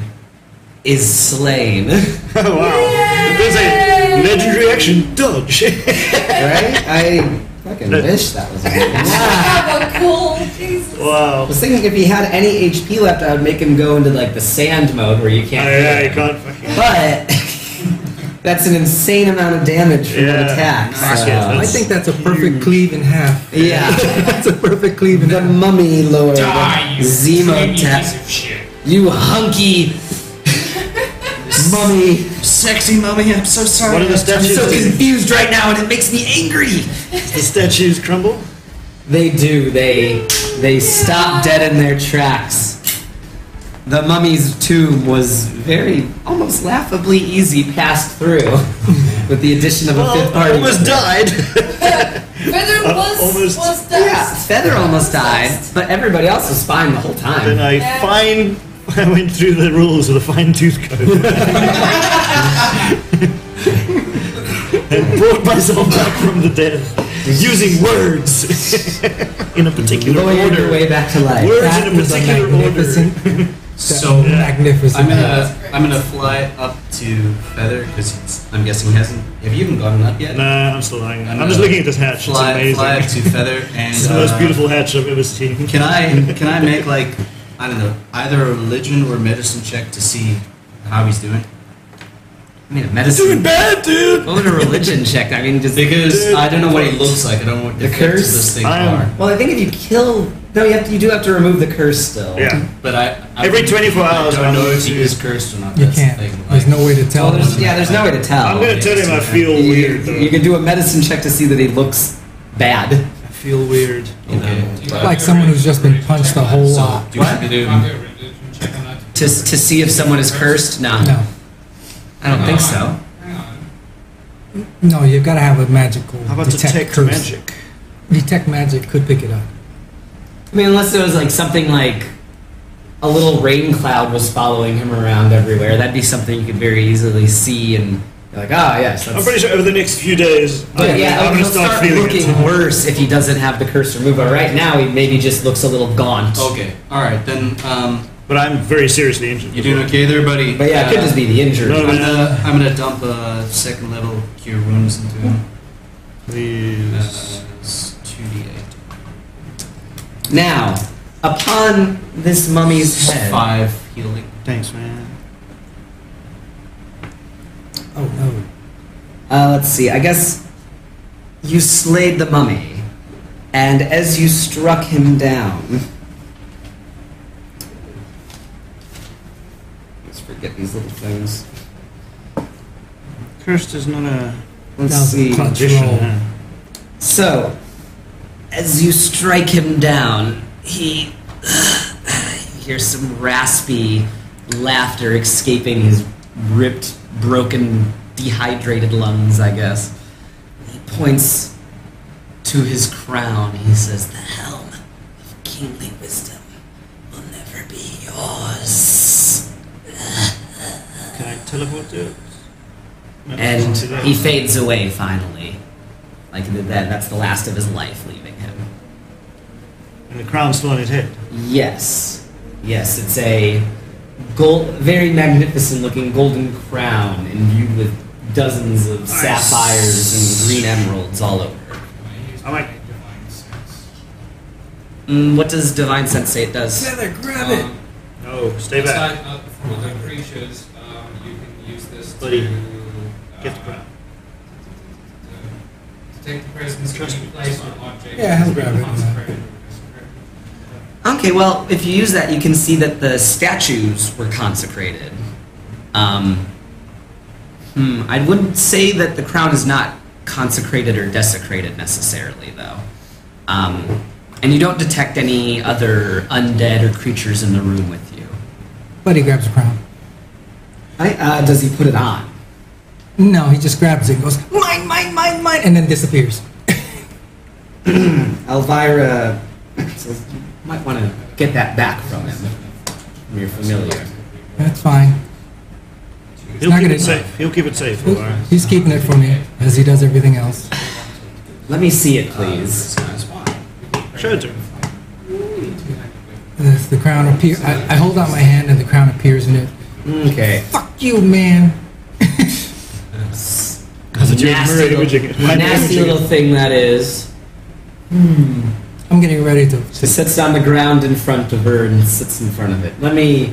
A: is slain.
D: wow. There's a legendary action dodge.
A: Right? I fucking
D: That-
A: wish that was. I
C: Have a cool. Jesus.
D: wow. Oh,
A: was thinking if he had any HP left, I would make him go into like the sand mode where you
D: Yeah,
A: can't.
D: Oh, yeah, you
A: hit him.
D: can't fucking.
A: But that's an insane amount of damage from
D: Yeah.
A: an attack.
D: Fuck
A: so-
D: it,
B: I
D: that's-
B: think that's a perfect cleave in half.
A: yeah.
B: That's a perfect cleave in
A: The
B: half.
A: mummy lord.
F: Die, Ah, you
A: Zemo
F: slimy
A: tap.
F: piece of shit.
A: You hunky mummy.
E: Sexy mummy, I'm so sorry.
D: What are the
A: I'm
D: statues
A: so
D: do?
A: confused right now and it makes me angry.
D: The statues crumble?
A: They do. They they stop dead in their tracks. The mummy's tomb was very almost laughably easy passed through with the addition of a fifth
D: Well,
A: party.
D: almost died.
C: Feather
D: Uh,
C: was,
D: almost-
C: was
A: Yeah,
C: dust.
A: Feather almost died, but everybody else was fine the whole
D: then
A: time.
D: I
C: Yeah.
D: fine. I went through the rules with a fine tooth comb. and brought myself back from the dead using words in a particular
A: Lawyered your
D: order.
A: way back to life.
D: Words
B: That
D: in a
B: was a
D: particular order.
B: magnificent,
E: So
B: magnificent.
E: I'm gonna I'm gonna fly up to Feather because I'm guessing he hasn't. Have you even gotten up yet?
D: Nah, I'm still lying. I'm,
E: I'm
D: just
E: gonna
D: looking at this hatch.
E: Fly,
D: it's
E: fly up
D: amazing.
E: to Feather and.
D: It's the most
E: uh,
D: beautiful hatch I've ever seen.
E: Can I can I make like I don't know either a religion or medicine check to see how he's doing?
A: I mean, a medicine.
D: bad, dude.
A: What would a religion check? I mean, just
E: Because I don't know what he looks like. I don't know what
A: The
E: the effects
A: curse?
E: of this thing
D: I'm-
E: are.
A: Well, I think if you kill, no, you have to, you do have to remove the curse still.
D: Yeah.
E: But I, I
D: Every 24 hours,
E: I
D: I'm
E: don't know if
D: to-
E: he is cursed or not.
B: You
E: That's the
B: can't.
E: thing,
B: There's
E: like-
B: no way to tell.
A: Well, there's, yeah, there's no way to tell.
D: I'm gonna tell him I feel
A: you,
D: weird. Though.
A: you can do a medicine check to see that he looks bad.
D: I feel weird.
E: You know,
F: Okay.
E: but-
B: Like someone who's just been punched a whole
E: so,
B: lot.
E: do you want me to?
F: I'll do a religion check on that.
A: To, to see if someone is cursed? No.
B: No,
A: I don't think so.
F: Hang on.
B: no, you've got to have a magical
D: How about
B: detect,
D: detect
B: curse.
D: magic?
B: Detect magic could pick it up.
A: I mean, unless there was like something like a little rain cloud was following him around everywhere. That'd be something you could very easily see and you're like, ah, yes. That's,
D: I'm pretty sure over the next few days,
A: But
D: I'm,
A: yeah,
D: I'm
A: he'll
D: gonna start,
A: start,
D: feeling
A: looking
D: it.
A: worse if he doesn't have the curse removed. But right now, he maybe just looks a little gaunt.
E: Okay. All right. Then um,
D: But I'm very seriously injured.
E: you doing okay there, buddy? Uh,
A: But yeah, it could just be the injury.
D: No,
E: I'm gonna I'm gonna dump a second level cure wounds into him. Uh,
D: Please.
E: it's 2d8.
A: Now, upon this mummy's head,
E: Five healing.
D: Thanks, man.
B: Oh no.
A: Uh, let's see. I guess you slayed the mummy, and as you struck him down, let's forget these little things.
D: Cursed is not a
A: Let's
B: Now the
A: see.
B: clutch.
D: magician.
B: roll.
D: huh?
A: So, as you strike him down, he hear some raspy laughter escaping his ripped, broken, dehydrated lungs, I guess. He points to his crown. He says, The helm of kingly wisdom will never be yours.
D: Can I teleport to it? No,
A: And
D: it's not
A: he
D: today.
A: fades away finally. Like th- that, that's the last of his life leaving him.
D: and the crown's still on his head.
A: Yes. Yes, it's a gold, very magnificent looking golden crown imbued with dozens of
D: Nice.
A: sapphires and green emeralds all over.
F: I use
D: I like-
F: my divine sense.
A: Mm, what does Divine Sense say it does?
B: Heather, grab it.
F: Um,
D: No, stay back.
F: aside, uh, for the creatures, um, you can use this
D: Buddy,
F: to uh,
D: Get the crown.
F: Detect the presence
D: Trust
F: of
D: me.
F: any place or object.
B: Yeah, he'll grab it.
F: Consecrated.
A: Okay, well, if you use that, you can see that the statues were consecrated. Um, hmm, I wouldn't say that the crown is not consecrated or desecrated necessarily, though. Um, and you don't detect any other undead or creatures in the room with you.
B: Buddy grabs the crown.
A: I, uh, does he put it on?
B: No, he just grabs it and goes, mine, mine, mine, mine, and then disappears.
A: Elvira says, you might want to get that back from him. You're familiar.
B: That's fine.
D: He'll
B: not
D: keep
B: gonna-
D: it safe. He'll keep it safe.
B: He'll-
D: Alright.
B: He's keeping it from me, as he does everything else.
A: Let me see it, please.
E: That's fine.
D: Show it to him.
B: The, the crown appears. I, I hold out my hand and the crown appears in it.
A: Okay.
B: Fuck you, man.
D: That's a Jim
A: Nasty
D: Murray
A: little-
D: imaging- mind
A: nasty
D: imaging.
A: little thing that is. Hmm.
B: I'm getting ready to.
A: She sits on the ground in front of her and sits in front of it. Let me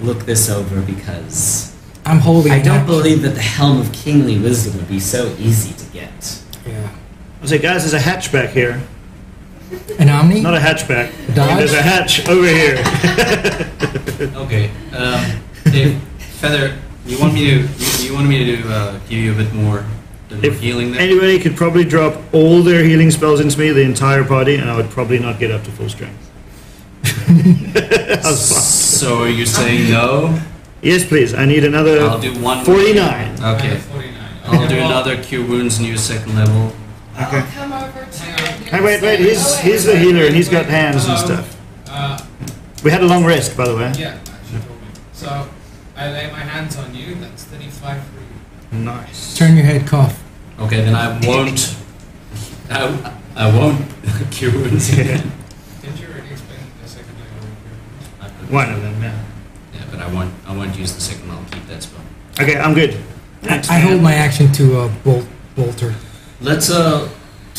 A: look this over because
B: I'm holding.
A: I
B: it
A: don't
B: now.
A: believe that the helm of kingly wisdom would be so easy to get.
B: Yeah.
D: I say, guys, there's a hatchback here.
B: An Omni.
D: Not a hatchback. I mean,
B: Dodge?
D: there's a hatch over here.
E: Okay. Um, Dave, Feather, you want me to you, you wanted me to uh, give you a bit more than
D: If
E: healing there.
D: Anybody could probably drop all their healing spells into me, the entire party, and I would probably not get up to full strength. I was fucked.
E: so are you saying no?
D: Yes, please. I need
E: I'll
D: another
E: do one.
D: 49.
E: Okay. I'll do another cure wounds new second level.
C: I'll come over to you.
D: Hey, wait, wait.
C: Oh,
D: He's, he's the healer, and he's got hands and stuff.
F: Uh,
D: We had a long rest, by the way.
F: yeah, she told me. So I lay my hands on you. That's 35 for you.
D: Nice.
B: Turn your head. Cough.
E: Okay, then I won't. I, I won't cure wounds.
D: Yeah.
F: Did you already explain the second level?
D: One of them, yeah.
E: Yeah, but I won't. I won't use the second. I'll keep that spell.
D: Okay, I'm good.
B: I,
D: Thanks,
B: I
D: man.
B: hold my action to uh, bolt, bolter.
A: Let's uh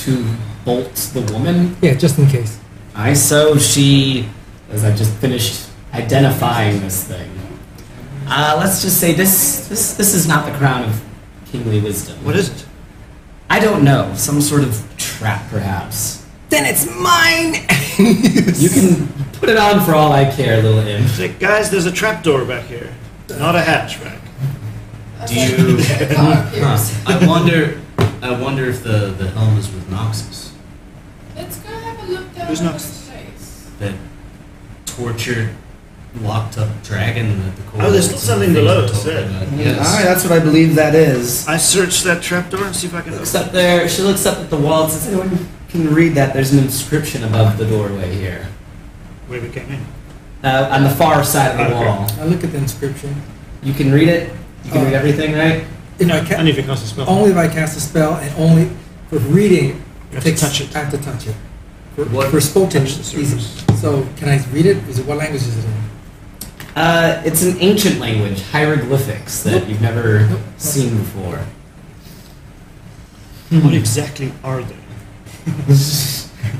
A: to bolt the woman.
B: Yeah, just in case.
A: I so she as I just finished identifying this thing. Uh, let's just say this this this is not the crown of kingly wisdom.
D: What is it?
A: I don't know. Some sort of trap, perhaps.
B: Then it's mine.
A: You can put it on for all I care, little imp.
D: Say, guys, there's a trapdoor back here. Not a hatchback.
C: Okay.
E: Do you?
C: The car appears.
E: I wonder. I wonder if the the helm is with Noxus.
C: Let's go have a look down
D: Who's
C: at
D: next?
C: this place.
E: That tortured, locked up dragon at the core.
D: Oh, there's still something below us, yeah.
E: Yes.
A: that's what I believe that is.
D: I searched that trapdoor and see if I can
A: Looks up there. She looks up at the wall. and Says anyone can read that. There's an inscription above the doorway here,
D: where we came in.
A: uh, on the far side of the
D: Okay.
A: wall.
B: I look at the inscription.
A: You can read it. You can
B: Oh.
A: read
D: Uh,
A: everything, right?
B: If I
D: Only
B: ca-
D: if you cast a spell.
B: only if I cast a spell and only for reading.
D: You have to
B: takes-
D: touch it.
B: I have to touch it. For,
E: What-
B: for spoken,
D: touch the
B: it's
D: surface.
B: easy. So can I read it? Is it what language is it in?
A: Uh, it's an ancient language, hieroglyphics that you've never
B: Nope.
A: seen before.
D: What exactly are they?
A: What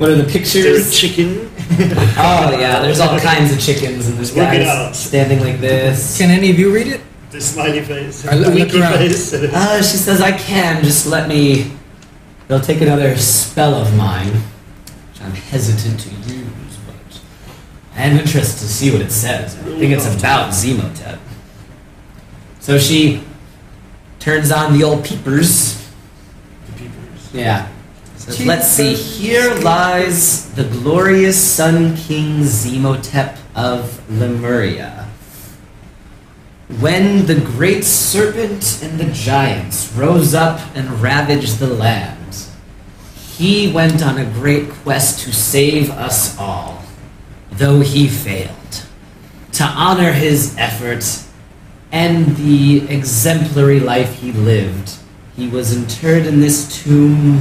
A: are the
D: Is there a
A: pictures?
D: chicken?
A: Oh yeah, there's all kinds of chickens, and there's
D: Work it
A: guys
D: out.
A: standing like this.
B: Can any of you read it?
D: The smiley face.
B: I look-
D: the
B: I look
D: winky
B: around.
D: face.
A: Uh, she says, I can, just let me. They'll take another spell of mine, which I'm hesitant to use, but I am interested to see what it says. I think it's about Zemotep. So she turns on the old peepers. Yeah. Says, Let's see. Here lies the glorious Sun King Zemotep of Lemuria. When the great serpent and the giants rose up and ravaged the land, he went on a great quest to save us all, though he failed. To honor his effort and the exemplary life he lived, he was interred in this tomb.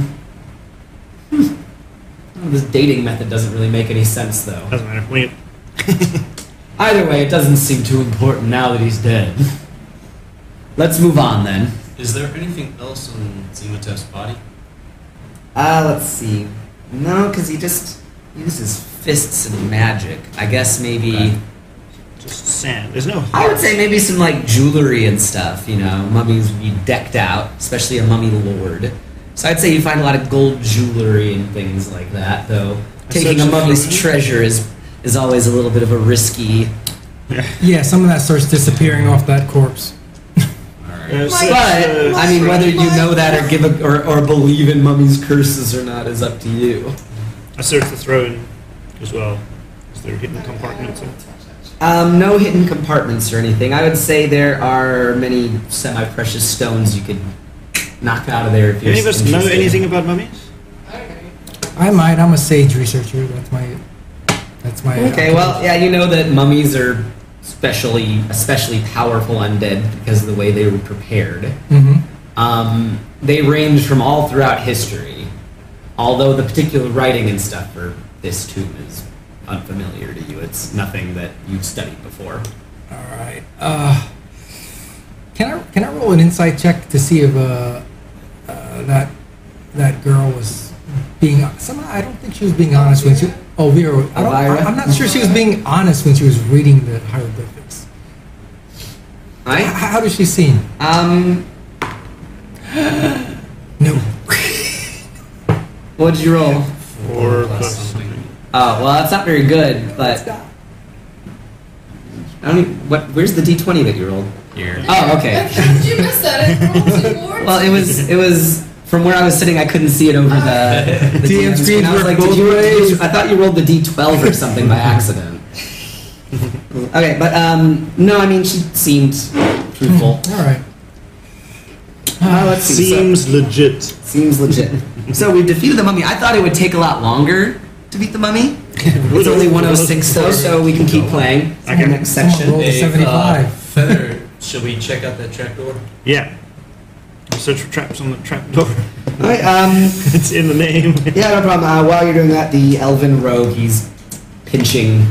A: Hmm. Oh, This dating method doesn't really make any sense, though.
D: Doesn't matter. We,
A: Either way, it doesn't seem too important now that he's dead. Let's move on then.
E: Is there anything else on Zemotep's body?
A: Uh, let's see. No, because he just uses fists and magic. I guess maybe.
E: Okay.
D: just sand. There's no.
A: I would say maybe some like jewelry and stuff. You know, mummies would be decked out, especially a mummy lord. So I'd say you find a lot of gold jewelry and things like that. Though taking a
D: such a
A: mummy's
D: thing.
A: treasure is is always a little bit of a risky.
B: Yeah, some of that starts disappearing off that corpse.
E: Alright.
D: There's
C: My-
D: such
A: But
D: a-
A: I mean, whether you know that or give a, or, or believe in mummies' curses or not is up to you.
D: I searched the throne as well. Is there hidden compartments? in-
A: Um, no hidden compartments or anything. I would say there are many semi-precious stones you could knock out of there if you're
D: Any of us know
A: interested.
D: anything about mummies?
C: I don't know.
B: I might. I'm a sage researcher. That's my. That's my. uh,
A: Okay, well, yeah, you know that mummies are especially especially powerful undead because of the way they were prepared.
B: hmm
A: Um, they range from all throughout history, although the particular writing and stuff for this tomb is unfamiliar to you. It's nothing that you've studied before.
B: All right. Uh, can I can I roll an insight check to see if uh, uh, that that girl was being somehow I don't think she was being honest when she oh Vera was- I don't,
A: Elvira?
B: I'm not sure she was being honest when she was reading the hieroglyphics. H-
A: Right?
B: How does she seem?
A: Um,
B: No.
A: what did you roll?
D: Four plus something.
A: Oh, well, that's not very good, but I don't even, what, where's the d20 that you rolled?
E: Here.
A: Oh, okay.
C: How did you miss that? It rolled two boards.
A: Well, it was, it was, from where I was sitting, I couldn't see it over the, the
B: DM
A: DM
B: screens
A: screen. I was
B: work
A: like, did
B: both
A: you,
B: ways.
A: I thought you rolled the d12 or something by accident. okay, but, um, no, I mean, she seemed truthful.
B: All right.
A: Uh, let's see. so-
D: Seems legit.
A: seems legit. so we've defeated the mummy. I thought it would take a lot longer to beat the mummy. It's only 106 though, so we can keep playing.
D: Okay.
A: Next
B: Someone
A: section.
B: roll- Rolled a
E: Hey,
B: 75.
E: uh, Feather, should we check out that trapdoor?
D: Yeah. I search for traps on the trapdoor.
A: Alright, um,
D: it's in the name.
A: Yeah, no problem. Uh, while you're doing that, the elven rogue, he's pinching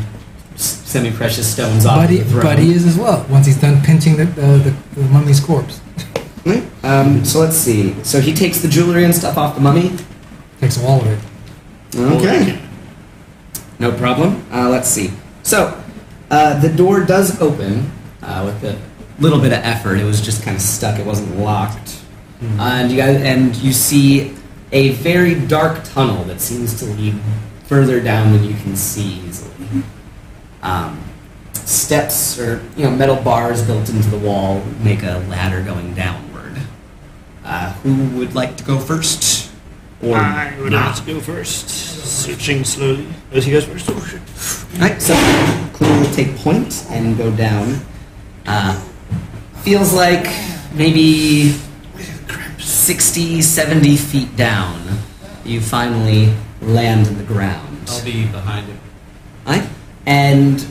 A: s- semi-precious stones off
B: Buddy,
A: of the throne.
B: Buddy is as well. Once he's done pinching the uh, the, the mummy's corpse,
A: Right. Um, so let's see. So he takes the jewelry and stuff off the mummy.
B: takes all of it.
A: No problem. Uh, let's see. So uh, the door does open uh, with a little bit of effort. It was just kind of stuck. It wasn't locked. And you guys, and you see a very dark tunnel that seems to lead further down than you can see easily. Um, steps or you know metal bars built into the wall make a ladder going downward. Uh, who would like to go first? Or
D: I would
A: not?
D: like to go first. Searching slowly. As he goes first. Oh, shit.
A: Alright, so Clue will take point and go down. Uh, feels like maybe 60, 70 feet down, you finally land in the ground.
E: I'll be behind him.
A: Alright? And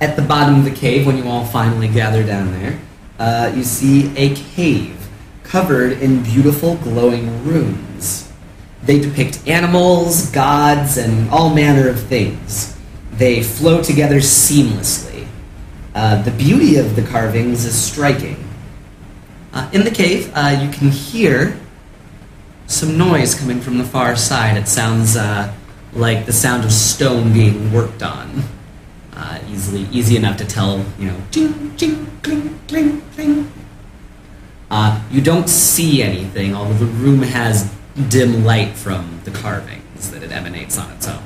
A: at the bottom of the cave, when you all finally gather down there, uh, you see a cave covered in beautiful glowing runes. They depict animals, gods, and all manner of things. They flow together seamlessly. Uh, the beauty of the carvings is striking. Uh, in the cave, uh, you can hear some noise coming from the far side. It sounds uh, like the sound of stone being worked on. Uh, easily, easy enough to tell, you know, ching, ching, cling, cling, cling. Uh, you don't see anything, although the room has dim light from the carvings that it emanates on its own.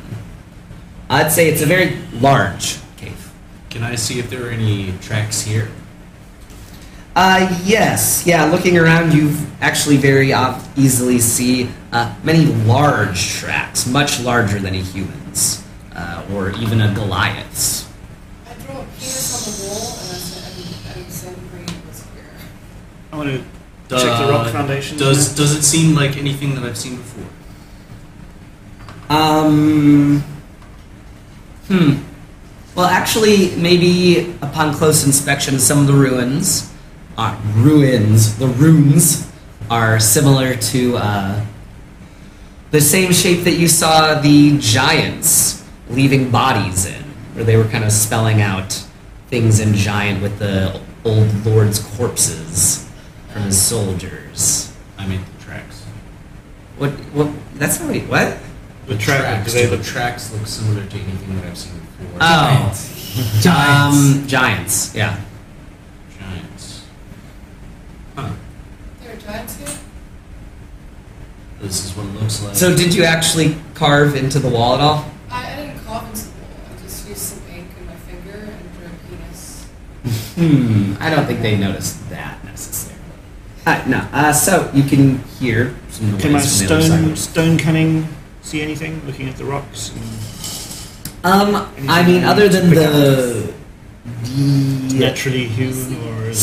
A: I'd say it's a very large cave.
E: Can I see if there are any tracks here?
A: Uh, yes, yeah. Looking around, you actually very ob- easily see uh, many large tracks, much larger than a human's, uh, or even a Goliath's.
C: I
D: want to check the rock foundation.
E: Uh, Does does it seem like anything that I've seen before?
A: Um. Hmm. Well, actually, maybe upon close inspection, some of the ruins are ruins. The runes are similar to uh, the same shape that you saw the giants leaving bodies in, where they were kind of spelling out things in giant with the old lord's corpses from his soldiers.
E: I made the tracks.
A: What? What? That's not what. he- What?
E: The,
D: track-
E: tracks.
D: do they
E: the
D: look-
E: tracks look similar to anything that I've seen before.
A: Oh.
B: Giants.
A: Um, giants. Yeah.
E: Giants.
C: There are giants here?
E: This is what it looks like.
A: So did you actually carve into the wall at all?
C: I, I didn't carve into the wall. I just used some ink in my finger and drew a penis.
A: Hmm. I don't think they noticed that necessarily. Uh, no. Uh, so you can hear some noise
D: Can my
A: from the other side.
D: stone stone cunning see anything? Looking at the rocks. And
A: Um, I mean, other than the the
D: Naturally hewn, or is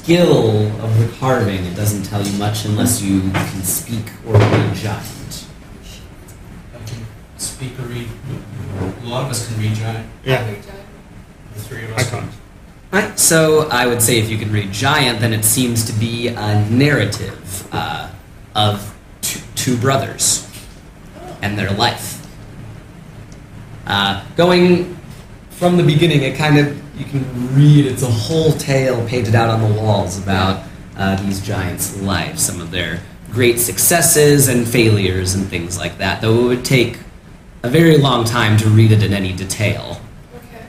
A: skill of the carving, it doesn't tell you much unless you can speak or be a giant.
E: I can speak or read. A lot of us can read giant.
D: it? Yeah,
C: Every giant.
E: The three of
D: I
E: us.
D: can't.
A: Right. So I would say if you can read giant, then it seems to be a narrative uh, of t- two brothers and their life. Uh, going from the beginning, it kind of you can read it's a whole tale painted out on the walls about uh, these giants' lives, some of their great successes and failures and things like that. Though it would take a very long time to read it in any detail.
C: Okay.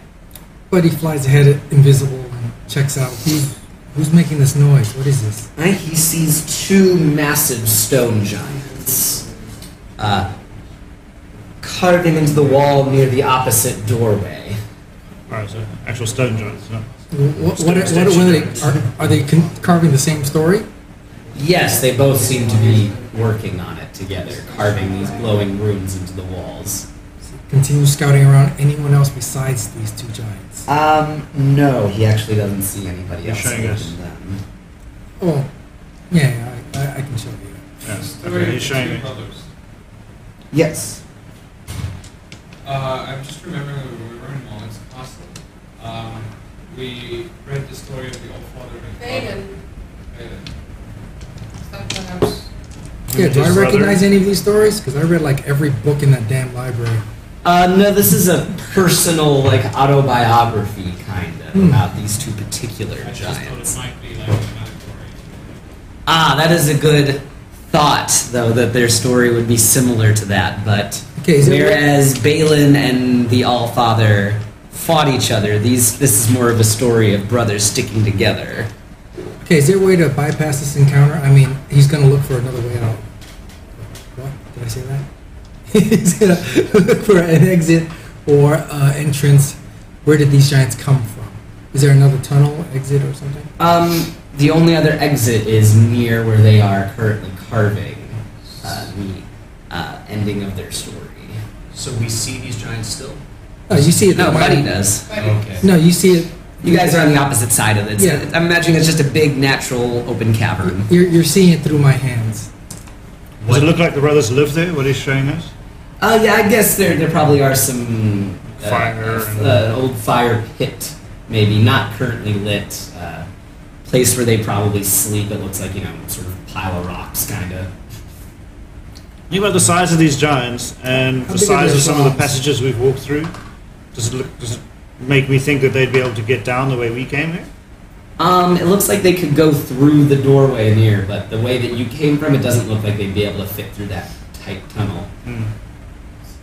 B: But he flies ahead, invisible, and checks out. Who, who's making this noise? What is this?
A: Right? He sees two massive stone giants uh, carving into the wall near the opposite doorway.
D: Alright, so actual stone giants. No.
B: What, what, are- what, are- what are they? Are, are they con- carving the same story?
A: Yes, they both seem to be working on it together, carving these glowing runes into the walls.
B: Continue scouting around anyone else besides these two giants.
A: Um, no, he actually doesn't see anybody
D: You're
A: else
D: showing
A: other
D: us.
A: than them.
B: Oh, yeah, yeah I, I, I can show you.
D: Yes.
F: Three
D: Okay, he's
F: of the
D: showing
F: two
D: me.
F: brothers.
A: Yes.
F: Uh, I'm just remembering when we were in Mullins Castle. Um, we read the story of the old father and father.
C: Valen.
F: Balin.
C: That's my house.
B: Yeah, do I
D: His brother-
B: recognize any of these stories? Because I read like every book in that damn library.
A: Uh, no, this is a personal, like, autobiography, kind of,
B: Hmm.
A: about these two particular
F: I just
A: giants.
F: thought it might be like another story.
A: Ah, that is a good thought, though, that their story would be similar to that. But
B: Okay, is it-
A: whereas Balin and the All Father fought each other, these this is more of a story of brothers sticking together.
B: Okay, is there a way to bypass this encounter? I mean, he's gonna look for another way out. What? Did I say that? he's gonna look for an exit or uh, entrance. Where did these giants come from? Is there another tunnel exit or something?
A: Um, the only other exit is near where they are currently carving uh, the uh, ending of their story.
E: Um, So we see these giants still.
B: Oh, you see it.
A: No,
B: that way-
A: Buddy does.
E: Okay.
B: No, you see it.
A: You guys are on the opposite side of it. It's-
B: Yeah.
A: I'm imagining it's just a big natural open cavern.
B: You're, you're seeing it through my hands.
D: Does it look like the brothers live there? What he's showing us?
A: Uh, yeah, I guess there there probably are some uh,
D: Fire and-
A: uh, old fire pit, maybe not currently lit, uh, place where they probably sleep. It looks like you know, sort of pile of rocks, kind of.
D: Think about the size of these giants and
B: How
D: the
B: big are
D: size
B: their
D: of some of the
B: claws?
D: passages we've walked through. Does it look? Does it make me think that they'd be able to get down the way we came here?
A: Um, it looks like they could go through the doorway near, but the way that you came from, it doesn't look like they'd be able to fit through that tight tunnel.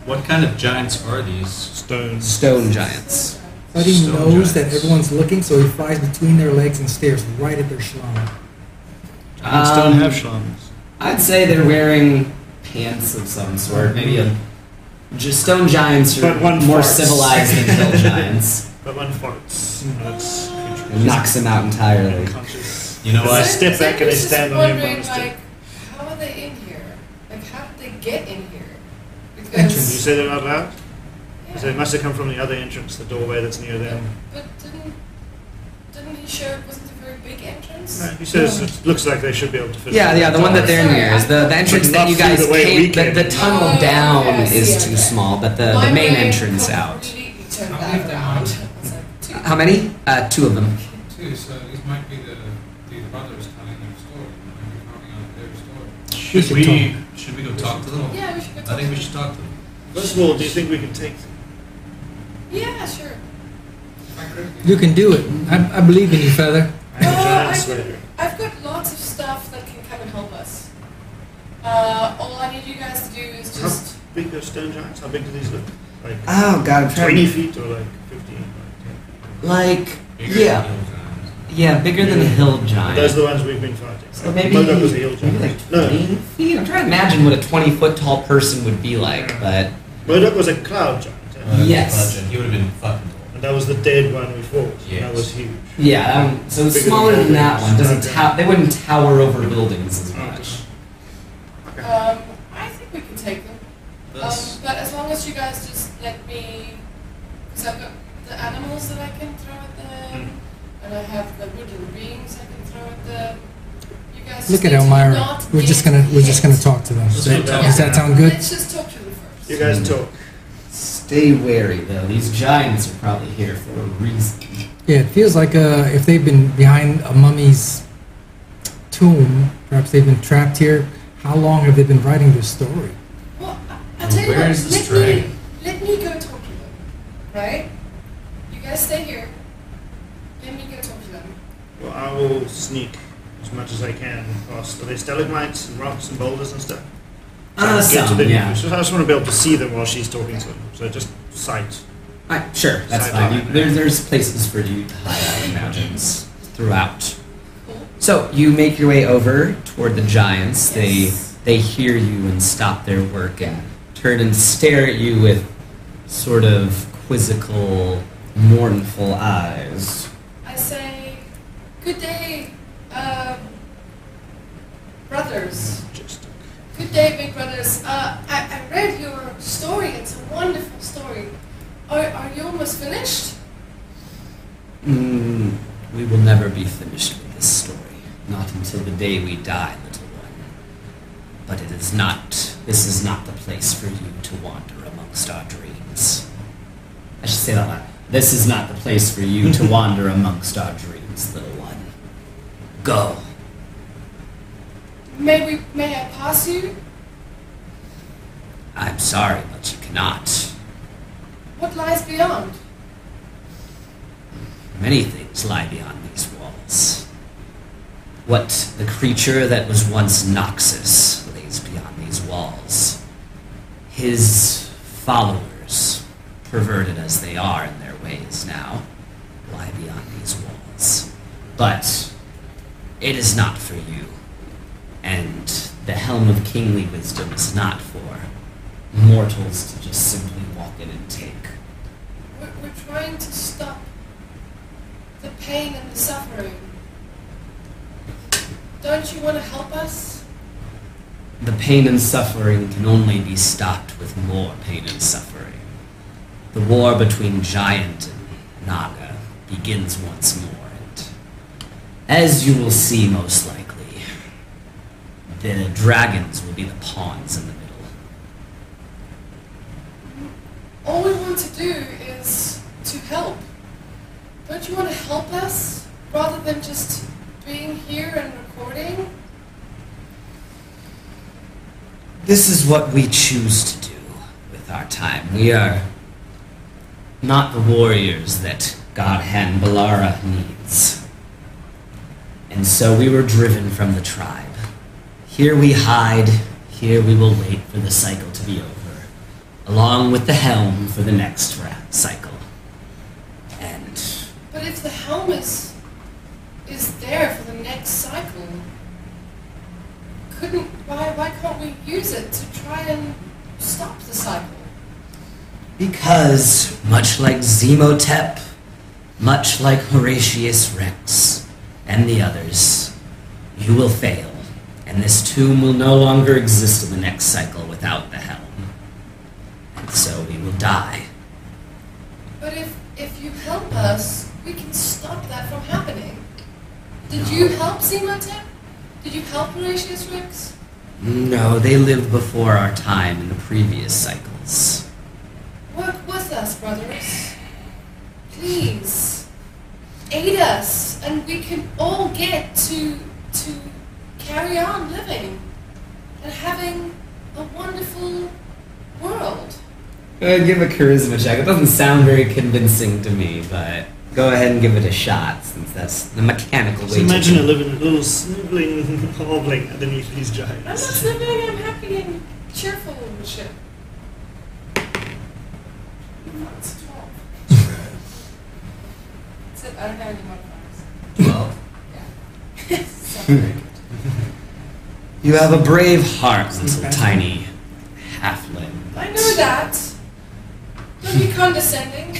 E: What kind of giants are these?
D: Stones.
A: Stone giants.
B: Buddy
E: Stone
B: knows that
E: giants.
B: everyone's looking, so he flies between their legs and stares right at their schlong.
D: Giants
A: Um,
D: don't have shlams.
A: I'd say they're wearing pants of some sort, maybe a. Just stone giants are
D: But one
A: more
D: farts.
A: civilized than hill giants.
D: But one farts. and That's
A: It knocks them out entirely.
D: unconscious.
E: You know
D: I
E: what?
C: So-
D: step
C: so
D: back
C: I'm
D: and I
C: just
D: stand on him by
C: wondering,
D: mistake.
C: Like, how are they in here? Like, how did they get in here? Because
D: Did you
B: Entrance.
D: say that out loud?
C: Yeah,
D: So it must have come from the other entrance, the doorway that's near them.
C: but didn't Didn't he show it wasn't a very big entrance?
D: He says it looks like they should be able to fit.
A: Yeah,
D: it.
A: yeah, the one that they're near is the, the entrance that you
D: Not through
A: guys
D: the way we
A: came. The,
D: came.
A: the tunnel
C: Oh,
A: down
C: yeah, I see,
A: is too
C: okay.
A: small, but Uh, the, the
C: My
A: main
C: brain
A: entrance out.
C: completely turned
F: I'll
C: back
F: leave that
C: around.
F: out.
C: I was like, two.
A: How many? Uh, two of them.
F: Too, so these might be the, the brothers telling their story. Might be counting on their story.
E: Should
B: should
E: we, should we go talk to them?
C: Yeah, we should go
E: I
C: talk
E: think we
C: to-
E: should talk to them.
D: First of all, do you think we can take?
C: Yeah, sure.
F: If I could-
B: You can do it. I, I believe in you, Feather.
D: I have a
C: Uh,
D: giant
C: I-
D: sweater.
C: I've got lots of stuff that can come and help us. Uh, all I need you guys to do is
D: Huh?
C: just.
D: Big those stone giants. How big do these look? Like
A: Oh god, I'm
D: twenty feet or like fifteen?
A: Like
E: Bigger
A: yeah,
E: than those guys.
A: yeah, bigger than the hill giant.
D: Those are the ones we've been fighting.
A: so
D: right?
A: maybe,
D: Modok was a hill
A: maybe
D: giant.
A: like
D: no,
A: 20 feet. I'm trying to imagine what a 20 foot tall person would be like, but
D: Modok was a cloud giant,
E: Uh,
A: Yes.
E: budget. He would have been fucking old.
D: and that was the dead one we fought. And that
E: Yes.
D: was huge.
A: yeah, um, so it's
D: Bigger than
A: smaller than that one.
D: buildings.
A: Doesn't
D: Okay.
A: tow- they wouldn't tower over buildings
D: Oh.
A: as much.
C: Um, I think we can take them. Um,
E: That's,
C: but as long as you guys just let me, because I've got the animals that I can throw at them, and I have the wooden beams I can throw at them. You guys just
B: Look at
C: need to
B: Elmira.
C: not
B: We're
C: get
B: just gonna we're just gonna
C: hit.
B: talk to them.
E: Let's go talk
B: Does
C: to
B: that
D: them.
B: sound good?
C: Let's just talk to them first.
D: You guys
A: Mm.
D: talk.
A: Stay wary though. These giants are probably here for a reason.
B: Yeah, it feels like uh, if they've been behind a mummy's tomb, perhaps they've been trapped here. How long have they been writing this story?
C: Well, I- I'll tell you
E: Where
C: what,
E: is
C: let
E: this
C: me,
E: dragon?
C: let me go talk to them, right? You guys stay here. Let me go talk to them.
D: Well, I will sneak as much as I can past. Are there stalagmites and rocks and boulders and stuff?
A: Uh,
D: Get to
A: some,
D: the-
A: yeah.
D: So I just want to be able to see them while she's talking to them. So just sight.
A: Alright, sure, that's
D: Side
A: fine.
D: eye.
A: You, there, there's places for you to hide out in mountains throughout.
C: Cool?
A: So you make your way over toward the giants.
C: Yes.
A: They they hear you and stop their work and turn and stare at you with sort of quizzical, mournful eyes.
C: I say, good day, um, brothers.
D: Just
C: Good day, big brothers. Uh, I, I read your story. It's a wonderful story. Are, are you almost finished?
A: Mm, we will never be finished with this story. Not until the day we die, little one. But it is not. This is not the place for you to wander amongst our dreams. I should say that loud. This is not the place for you to wander amongst our dreams, little one. Go.
C: May we? May I pass you?
A: I'm sorry, but you cannot.
C: What lies beyond?
A: Many things lie beyond these walls. What the creature that was once Noxus lays beyond these walls. His followers, perverted as they are in their ways now, lie beyond these walls. But it is not for you. And the helm of kingly wisdom is not for mortals to just simply walk in and take.
C: We're, we're trying to stop the pain and the suffering. Don't you want to help us?
A: The pain and suffering can only be stopped with more pain and suffering. The war between Giant and Naga begins once more, and as you will see most likely, the dragons will be the pawns in the middle.
C: All we want to do is to help. Don't you want to help us rather than just being here and recording?
A: This is what we choose to do with our time. We are not the warriors that Godhan Balara needs. And so we were driven from the tribe. Here we hide, here we will wait for the cycle to be over, along with the helm for the next ra- cycle. And
C: But if the helm is, is there for the next cycle, couldn't why why can't we use it to try and stop the cycle?
A: Because, much like Zemotep, much like Horatius Rex, and the others, you will fail, and this tomb will no longer exist in the next cycle without the helm. And so we will die.
C: But if if you help us, we can stop that from happening. Did you help Simontan? Did you help Horatius Rex?
A: No, they lived before our time in the previous cycles.
C: Work with us, brothers. Please. Aid us, and we can all get to to carry on living and having a wonderful world.
A: Uh, give a charisma check. It doesn't sound very convincing to me, but go ahead and give it a shot since that's the mechanical
D: Just
A: way
D: imagine
A: to
D: a
A: do it.
D: little, little sniveling hobbling underneath these giants.
C: I'm not sniveling, I'm happy and cheerful and shit. That's twelve. Except I don't have any modifiers.
E: Twelve.
C: Yeah. Sorry.
A: You have a brave heart, little
B: Okay.
A: tiny halfling.
C: I know that. Don't be condescending.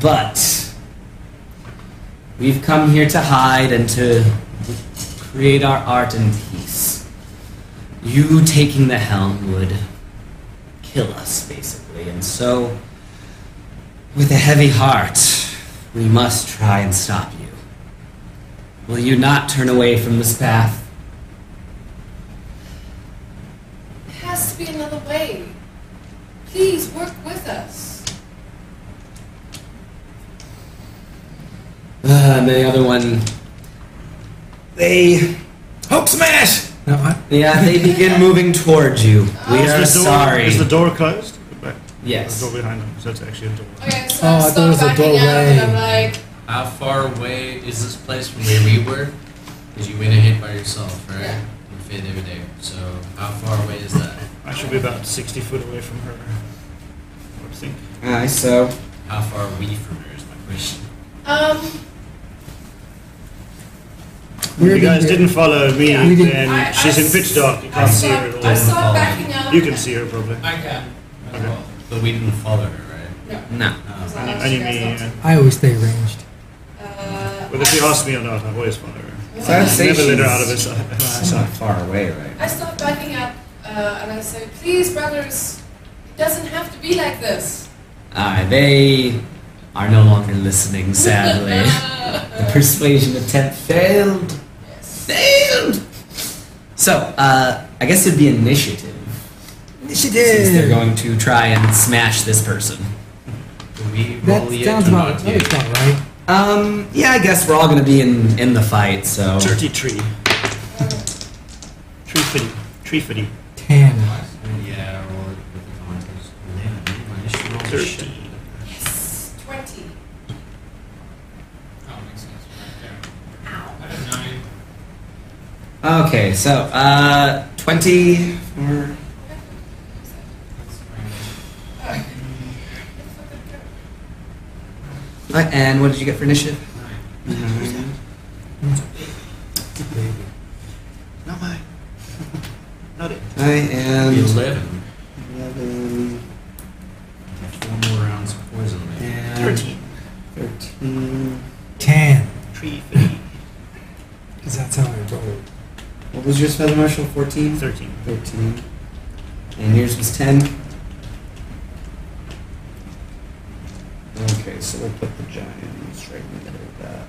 A: But we've come here to hide and to create our art in peace. You taking the helm would kill us, basically. And so, with a heavy heart, we must try and stop you. Will you not turn away from this path?
C: There has to be another way. Please work with us.
A: Uh, and the other one. They.
B: Hulk smash! No, I,
A: Yeah, they begin moving towards you. We
C: Is
A: are
D: Is the door-
A: sorry.
D: Is the door closed? Back.
A: Yes.
D: The door behind them. So it's actually a door.
C: Okay, so
B: Oh,
C: I
B: I thought it
C: start
B: was a
C: backing out and I'm like,
E: How far away is this place from where we were? Because you went ahead by yourself, right?
C: Yeah.
E: You fit over there. So how far away is that?
D: I should be about 60 foot away from her. I would think.
A: Alright, so.
E: How far are we from her is my question.
C: um,
B: We're
D: you guys
B: here.
D: didn't follow me,
C: Yeah.
B: We didn't-
D: then
C: I- I
D: she's in
C: s-
D: pitch dark. You
C: I
D: can't see her
C: start,
D: at
C: I
D: all.
C: start backing out.
D: You can see her probably.
F: I can. as
D: Okay.
F: well.
E: But we didn't follow her, right? Oh.
A: No.
C: No.
E: No.
C: I asked
D: Only
C: you guys
D: me.
C: not to.
D: Yeah.
B: I always stay ranged.
C: Uh,
D: Well, if
C: I-
D: you ask me or not, I always follow her.
A: So I'd
D: I
A: say
D: never let her
A: she's-
D: out of his eyesight.
A: far away, right?
C: I start backing up uh, and I say, please, brothers, it doesn't have to be like this.
A: Alright, they are no longer listening, sadly.
C: Uh,
A: the persuasion attempt failed. Failed! So, uh, I guess it'd be initiative. Since they're going to try and smash this person.
E: Do we roll
B: That
E: yet
B: sounds
E: or
B: about
E: not
B: that
E: yet?
B: sounds right.
A: Um, yeah, I guess we're all gonna be in, in the fight, so.
D: Dirty tree. Tree fitty. Tree fitty.
B: Ten.
E: Yeah, I rolled it with the contest. Yeah, man, I should roll the shit.
D: Thirty.
C: yes, 20.
F: That makes sense. Right there. I have nine.
A: Okay, so, uh, 20 or
F: That's right.
A: Uh, And what did you get for initiative?
F: Nine.
D: Not mine. Not it.
A: I am
E: Eleven.
A: 11,
E: Four more rounds of poison left.
A: and
D: Dirty.
A: 13.
B: Ten.
D: Tree fitty.
B: Because that's how I roll.
A: What was yours, Feather Marshal? 14?
D: Thirteen.
A: 13. And yours was 10? Okay, so we'll put the giants right in the middle of that.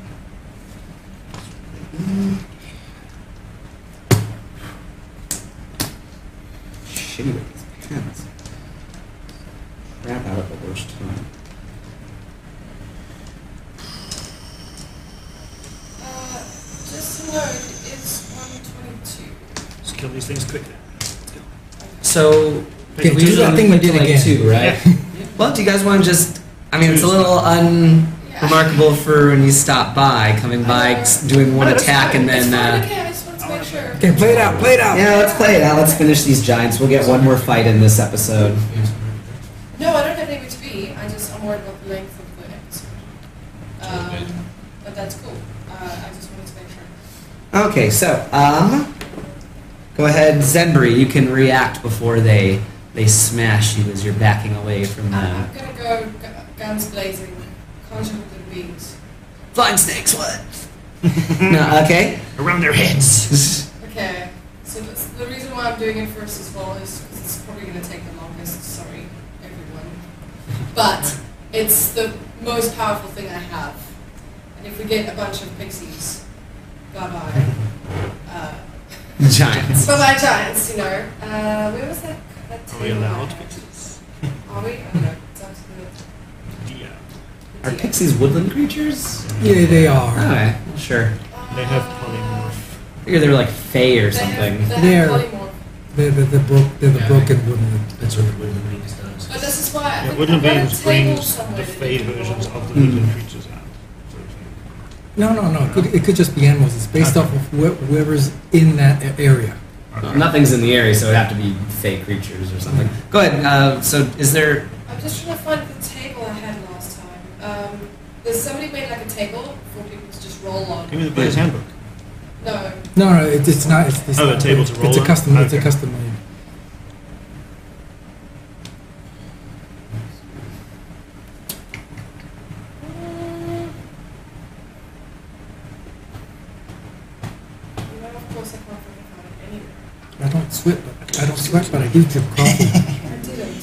A: Shitty with these pens. Crap out at the worst time.
C: Uh, just to note, it's 122.
D: Just kill these things quickly.
A: So
B: Okay,
A: we
B: do that
A: did-
B: thing we did
A: like
B: again.
A: two, right? Well, do you guys want to just? I mean, it's a little unremarkable
C: Yeah.
A: for when you stop by, coming by, s- doing one
D: No, that's
A: attack,
D: fine.
A: and
C: It's
A: then.
C: fine,
A: Uh,
C: okay, I just want to make sure.
B: Okay, play it out. Play it out.
A: yeah, let's play it out. Let's finish these giants. We'll get one more fight in this episode.
E: Yes,
C: No, I don't have anywhere to be. I just I'm worried about the length of the episode.
E: Okay.
C: Um, but that's cool. Uh, I just wanted to make sure.
A: Okay, so um, go ahead, Zenbri. You can react before they they smash you as you're backing away from
C: Uh, I'm,
A: them.
C: I'm gonna go gu- guns blazing, conjure with the beams.
A: Flying snakes, what? no, okay.
D: Around their heads.
C: Okay. So that's, the reason why I'm doing it first as well is because it's probably gonna take the longest. Sorry, everyone. But it's the most powerful thing I have. And if we get a bunch of pixies, got by. Uh,
A: Giants.
C: but by giants, you know. Uh, where was that? that
D: Are we
C: table
D: allowed
C: at?
D: pixies?
C: Are we? I don't know. It's up to
D: Yeah.
C: the-
A: Are pixies woodland creatures?
B: Yeah, they are.
A: Okay, sure.
C: Uh,
D: They have polymorph.
A: I figure they were like fae or
C: They have-
A: something.
C: they have
B: They're-
C: polymorph.
B: They're, they're, the broke, they're the
E: Yeah.
B: broken wooden.
E: That's what the Woodland Wings does.
C: But this is why I
D: Yeah,
C: think
D: Woodland
C: I've got a
D: Veins
C: table
D: brings
C: somewhere
D: the
C: that
D: fey
C: you can
D: versions
C: roll.
D: of the
A: Mhm.
D: woodland creatures out. for example.
B: No, no, no. It could, it could just be animals. It's based off of wh- whoever's in that a- area.
A: Nothing's in the area, so it'd have to be fae creatures or something. Go ahead. Uh, so is there?
C: I'm just trying to find the table I had last time. Um, there's somebody made like a table for people to just roll on.
D: Give me the player's handbook.
C: No,
B: No, no, it, it's not. It's, it's
D: Oh, a
B: not-
D: table to
B: It's
D: roll
B: a
D: on?
B: custom. It's a
D: Okay.
B: custom made.
C: Mm. You know, of course, I can't fucking find it anywhere.
B: I don't sweat. But I don't sweat, but I do drip coffee.
C: I didn't.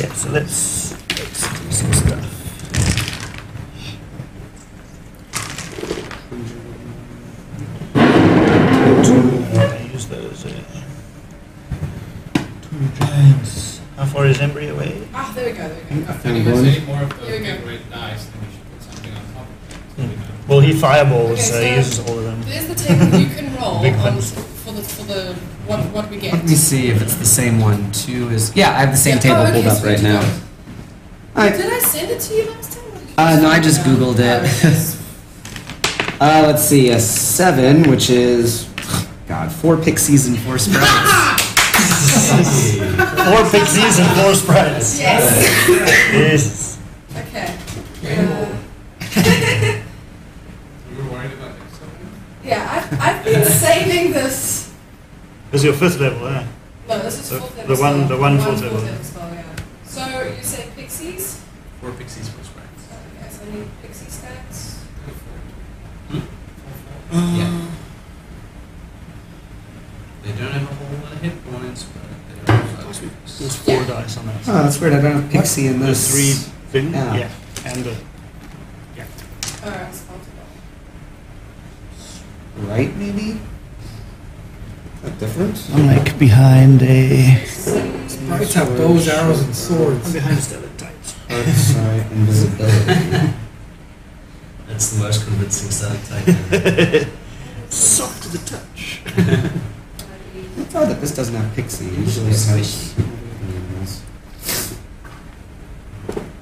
D: Yeah, so let's, let's do some stuff. I use those. Uh, two giants. How far is Embry away?
C: Ah, there we go. There we go.
F: If he has any more of those
C: Here we go.
F: big red dice, then we should put something on top of it. So we know.
E: Hmm.
D: Well, he fireballs,
C: Okay,
D: so he
C: so-
D: uses all of them.
C: There's the table you can roll
D: Big
C: on
D: ones.
C: for the for the what what we get.
A: Let me see if it's the same one. Two is. Yeah, I have the same
C: Yeah,
A: table
C: oh, okay,
A: pulled up
C: so
A: right
C: you
A: now.
C: got it.
A: All right.
C: Did I send it to you last time? or did you
A: Uh,
C: just
A: no, I
C: find
A: just
C: out?
A: Googled it.
C: Oh, okay.
A: Uh, let's see. A seven, which is God, four pixies and four sprites.
D: Four pixies and four sprites.
C: Yes.
D: Yes.
C: okay.
F: Rainbow.
C: Uh,
F: We were worried about it. So
C: yeah, I've, I've been saving this.
D: This is your fifth level, eh?
C: No, this is
D: The-
C: full table
D: the one-
C: spell.
D: the one full
C: full
D: table.
C: table spell, yeah. So you said pixies?
E: Four pixies, four sprites.
C: Okay, so I need pixie stacks.
E: Yeah. They don't have a whole lot of hit points, but they are
D: There's
E: fighters.
D: four dice on that.
A: oh, that's weird. I don't have pixie in
D: The
A: this.
D: three thing?
A: Yeah.
D: Yeah. And the. Yeah.
C: Alright, so I'll do
A: right, maybe. That different?
G: I'm like behind a.
C: that.
B: Sprites have bows, arrows, and swords.
D: behind stalactites.
A: invisibility.
E: That's the most convincing sound type.
D: Soft to the touch.
A: I thought that this doesn't have pixie. Usually it has.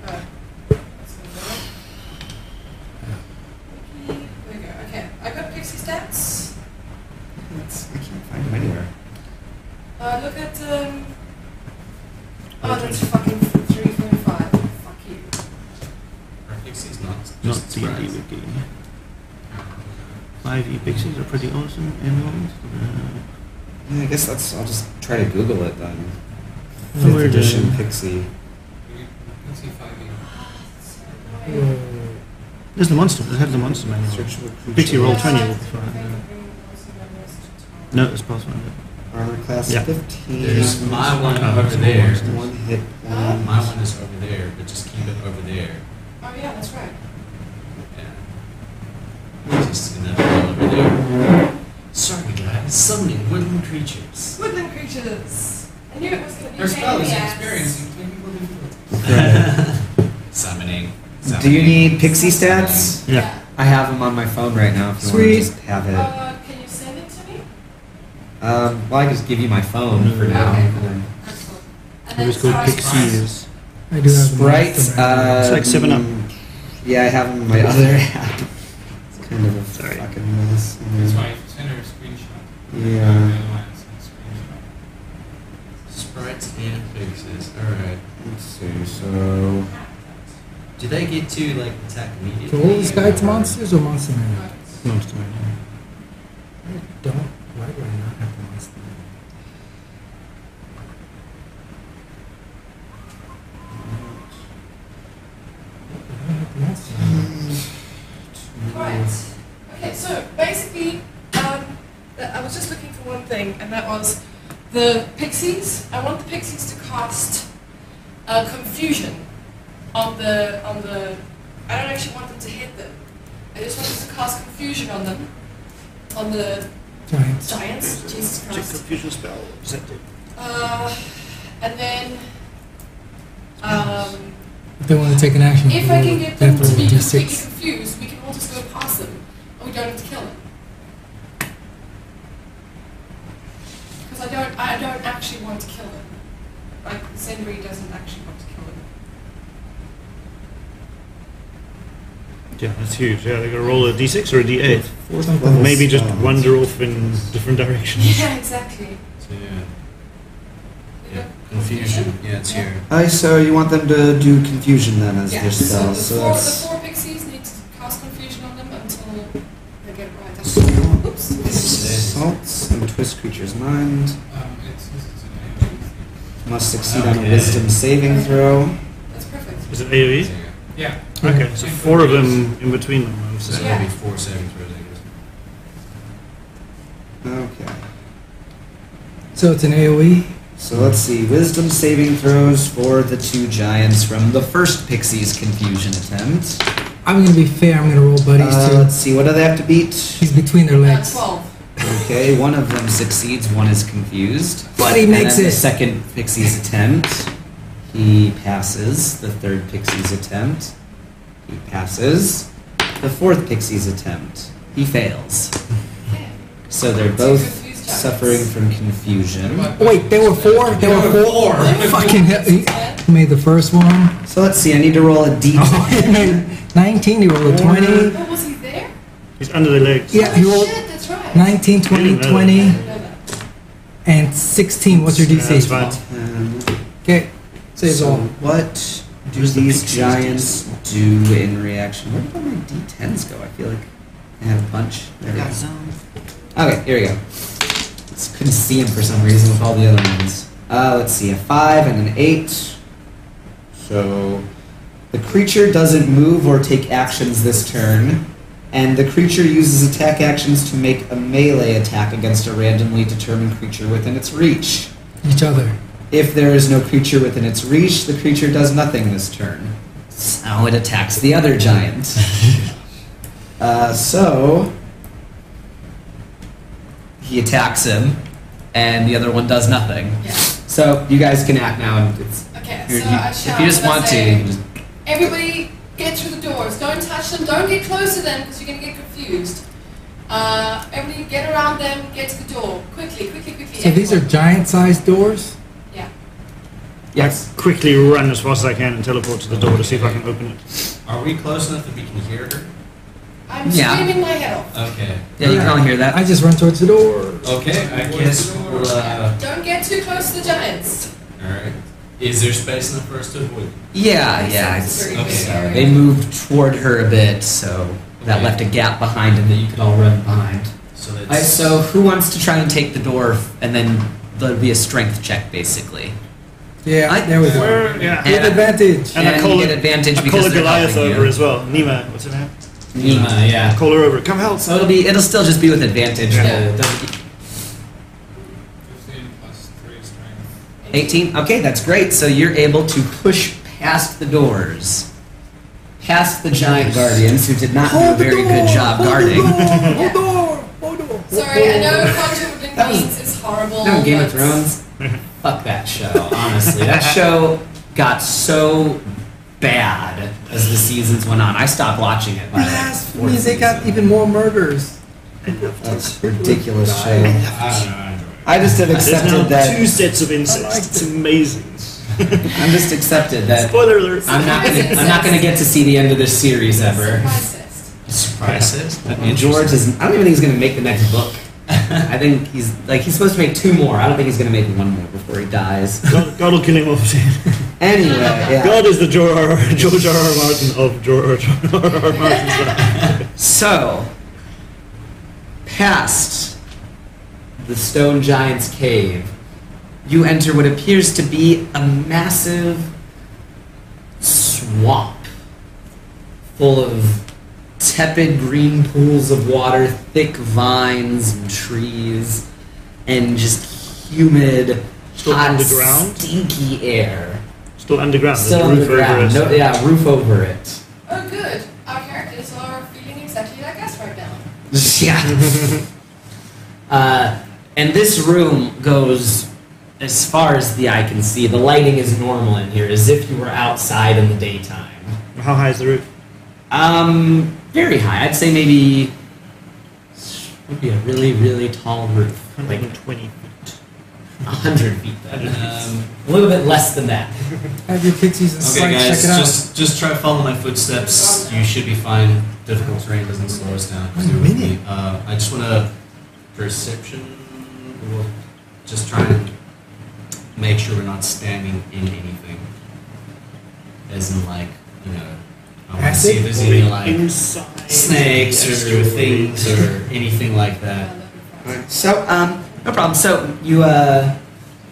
C: Oh. There we go. Okay, I've got pixie stats.
A: That's, I can't find them anywhere.
C: Uh, look at um. Oh, that's fucking three forty-five. Fuck you.
E: Our pixies, not
G: Not
E: just
G: D&D
E: sprites.
G: with game.
D: E
G: 5e pixies are pretty awesome animals. Uh,
A: Yeah, I guess that's. I'll just try to Google it then.
G: Oh,
A: Fifth
G: we're
A: edition
G: done.
A: pixie.
F: we can see five eight.
C: So
B: Uh,
C: annoying.
G: there's the monster. Let's have the monster manual.
A: Searchable creature.
G: Pixie roll
C: Yeah,
G: 20 will
C: I
G: be
C: think
G: fine,
C: I can
G: yeah.
C: bring those in my list tomorrow.
G: No, it's Pathfinder.
A: Armor class
G: Yeah.
A: 15.
E: There's my one
G: Oh,
E: over
G: it's
E: there.
G: monsters.
A: One hit
C: Huh?
A: one.
E: My one is over there, but just keep it over there.
C: Oh yeah, that's right.
E: Yeah. Just in that hole over there. Sorry, guys. Summoning wooden creatures.
C: Woodland creatures. I knew it was going to be.
F: Our spell is
C: pain in the ass.
F: experiencing thing people do for
E: Summoning.
A: Do you
E: Summoning.
A: need pixie stats?
G: Yeah.
A: I have them on my phone right now if you want
B: Sweet.
A: to just have it.
C: Uh, can you send it to me?
A: Um, well, I can just give you my phone for now.
C: Okay.
A: and then-
C: Excellent. And
G: It was
C: then
G: called
C: sorry,
G: Pixies.
B: I do have the
A: Sprites.
B: monster manual.
A: Uh,
G: It's like 7-Up.
A: Yeah, I have them in my other app. It's kind of a fucking mess.
F: it. That's
A: Yeah.
F: why if you send her a screenshot.
A: Yeah.
F: uh, the other one sends a screenshot.
E: Sprites and pixies. Alright.
A: Let's see. So
E: Do they get to, like, attack immediately?
B: So all these guys
E: or-
B: monsters or monster manual?
C: Nice.
G: Monster manual.
B: I don't. Why do I not have the monster manual? I don't have the monster manual.
C: Right. Okay, so basically, um, th- I was just looking for one thing, and that was the pixies. I want the pixies to cast uh, confusion on the on the. I don't actually want them to hit them. I just want them to cast confusion on them, on the
B: Giants.
C: Giants. Jesus
D: Check
C: Christ.
D: confusion spell. Is that it?
C: Uh, and then, um,
B: If they want to take an action,
C: if I can get them
B: they have
C: to
B: roll
C: be
B: a
C: completely
B: D6.
C: confused, we can all just go past them, and we don't have to kill them. Because I don't, I don't actually want to kill them. Like Zendri doesn't actually want to kill them.
D: Yeah, that's huge. Yeah, they're gonna roll a d6 or a d8.
B: Something.
D: Maybe just wander off in different directions.
C: Yeah, exactly.
E: Yeah. Yeah. Confusion. Yeah, it's here.
A: I so you want them to do confusion then as
C: Yeah,
A: their
C: so
A: spell.
C: the
A: So
C: four,
A: that's
C: the four pixies need to cast confusion on them until they get it right. That's oops.
A: assaults and twist creature's mind.
F: Um, it's, it's, it's an
A: Must succeed on a
E: Okay.
A: wisdom saving throw.
C: That's perfect.
D: Is it AoE?
E: Yeah.
F: Yeah.
D: Okay, so four of them in between them. I would
E: So
D: say.
E: that
C: Yeah.
E: would be four saving throws, I guess.
A: Okay.
B: So it's an E? AoE.
A: So let's see. Wisdom saving throws for the two giants from the first pixie's confusion attempt.
B: I'm going to be fair. I'm going to roll buddies
A: Uh, let's see. What do they have to
B: too.
A: beat?
B: He's between their
C: Uh,
B: legs.
C: Twelve.
A: Okay, one of them succeeds, one is confused.
B: But he
A: And
B: makes
A: then
B: it.
A: The second pixie's attempt, he passes. The third pixie's attempt, he passes. The fourth pixie's attempt, he fails.
C: Okay.
A: So they're
C: Two
A: both
C: confused giants.
A: suffering from confusion.
B: Wait, there were four. There were four. Fucking hell! He
C: Uh,
B: he made the first one.
A: So let's see. I need to roll a d10.
B: He made 19. He rolled a 20.
C: Oh, was he there?
D: He's under the legs.
B: Yeah, he
C: oh,
B: rolled
C: shit, that's right.
B: 19, 20, 20,
C: I know that.
B: and 16. What's your
D: Yeah, that's
B: DC?
D: fine.
A: Um,
B: Okay, saves
A: so
B: all.
A: what do
H: Where's the
A: these
H: pixie's
A: giants do in reaction? Where did all my d10s go? I feel like I had a bunch. There we go. Okay, here we go. Just couldn't see him for some reason with all the other ones. Uh, let's see, a 5 and an 8. So. The creature doesn't move or take actions this turn, and the creature uses attack actions to make a melee attack against a randomly determined creature within its reach.
B: Each other.
A: If there is no creature within its reach, the creature does nothing this turn. So it attacks the other giant. uh, so he attacks him, and the other one does nothing.
C: Yeah.
A: So you guys can act now. And it's,
C: Okay,
A: you-
C: so I
A: you-
C: shout.
A: if you just
C: and I
A: want to,
C: say,
A: you can just
C: Everybody, get through the doors. Don't touch them. Don't get close to them because you're going to get confused. Uh, everybody, get around them. Get to the door quickly, quickly, quickly.
B: So these are
C: everyone.
B: giant-sized doors.
C: yeah.
A: yes.
D: Quickly run as fast as I can and teleport to the door to see if I can open it.
E: Are we close enough that we can hear her?
C: I'm
A: Yeah.
C: screaming my head off.
E: Okay.
A: Yeah, you can all hear that.
B: I just run towards the door.
E: Okay, I guess we'll, uh,
C: Don't get too close to the giants.
E: alright. Is there space enough for us to avoid? them?
A: Yeah, yeah.
C: It's
A: It's,
C: very
E: okay,
C: big
E: all right.
A: they
C: area.
A: moved toward her a bit, so that
E: Okay.
A: left a gap behind him that you could all run behind.
E: So that's.
A: All right, so who wants to try and take the door, f- and then there'll be a strength check, basically.
B: Yeah,
A: I-
B: there we go.
D: Where? Yeah.
B: With
A: And-
B: advantage.
D: And I
A: And
D: call
A: you get
D: it-
A: advantage
D: I
A: because
D: call a
A: they're
D: Goliath
A: helping
D: over
A: you.
D: as well. Nima, what's her name?
E: Uh, yeah.
D: Call her over. Come help.
A: So it'll be it'll still just be with advantage.
D: Yeah.
A: though. It doesn't-
F: 15 plus 3 strength.
A: 18. Okay, that's great. So you're able to push past the doors, past the giant guardians who did not do a
B: Hold the
A: very
B: door,
A: good job
B: hold the
A: guarding.
B: door, Hold the door. Hold the door. hold
C: Sorry, I
B: the door.
C: know Conjuring
A: That was-
C: Queens is horrible.
A: No, Game of
C: but-
A: Thrones. Fuck that show. Honestly, that show got so bad as the seasons went on. I stopped watching it. By like, fourth
B: Blasphemies. They got
A: season.
B: even more murders.
A: That's ridiculous show.
E: I don't know, I enjoy
A: I just have
D: There's now
A: accepted that.
D: two sets of insects. It's amazing.
A: I'm just accepted that.
D: Spoiler alert.
A: I'm not gonna. I'm not gonna get to see the end of this series ever.
C: Surprise test.
E: it. Surprises? That'd be
A: George
E: interesting.
A: is. I don't even think he's gonna make the next book. I think he's like he's supposed to make two more. I don't think he's gonna make one more before he dies.
D: God, God will kill him off.
A: Anyway, yeah.
D: God is the George R. R. George R. R. Martin of George R. R. Martin.
A: So, past the stone giant's cave, you enter what appears to be a massive swamp full of tepid green pools of water, thick vines and trees, and just humid,
D: Still
A: hot,
D: underground?
A: stinky air.
D: Still underground. There's
A: Still
D: a roof over
A: underground.
D: us.
A: No, yeah, roof over it.
C: Oh, good. Our characters are feeling exactly like us right now.
A: Yeah. Uh, and this room goes as far as the eye can see. The lighting is normal in here, as if you were outside in the daytime.
D: How high is the roof?
A: Um, very high. I'd say maybe would be a really, really tall roof, like
G: 120 feet.
A: hundred feet. Though.
E: Um,
A: A little bit less than that.
B: Have your pixies and
E: okay,
B: slice,
E: guys,
B: check it out.
E: just just try to follow my footsteps. You should be fine. Difficult terrain doesn't slow us down.
B: Wait a minute.
E: Uh, I just want to perception. We'll just try and make sure we're not standing in anything. As in, like you know, I want to see if there's any like
D: inside.
E: snakes or things or anything like
A: Uh,
E: that.
C: Uh,
I: So, um, no problem. So you uh,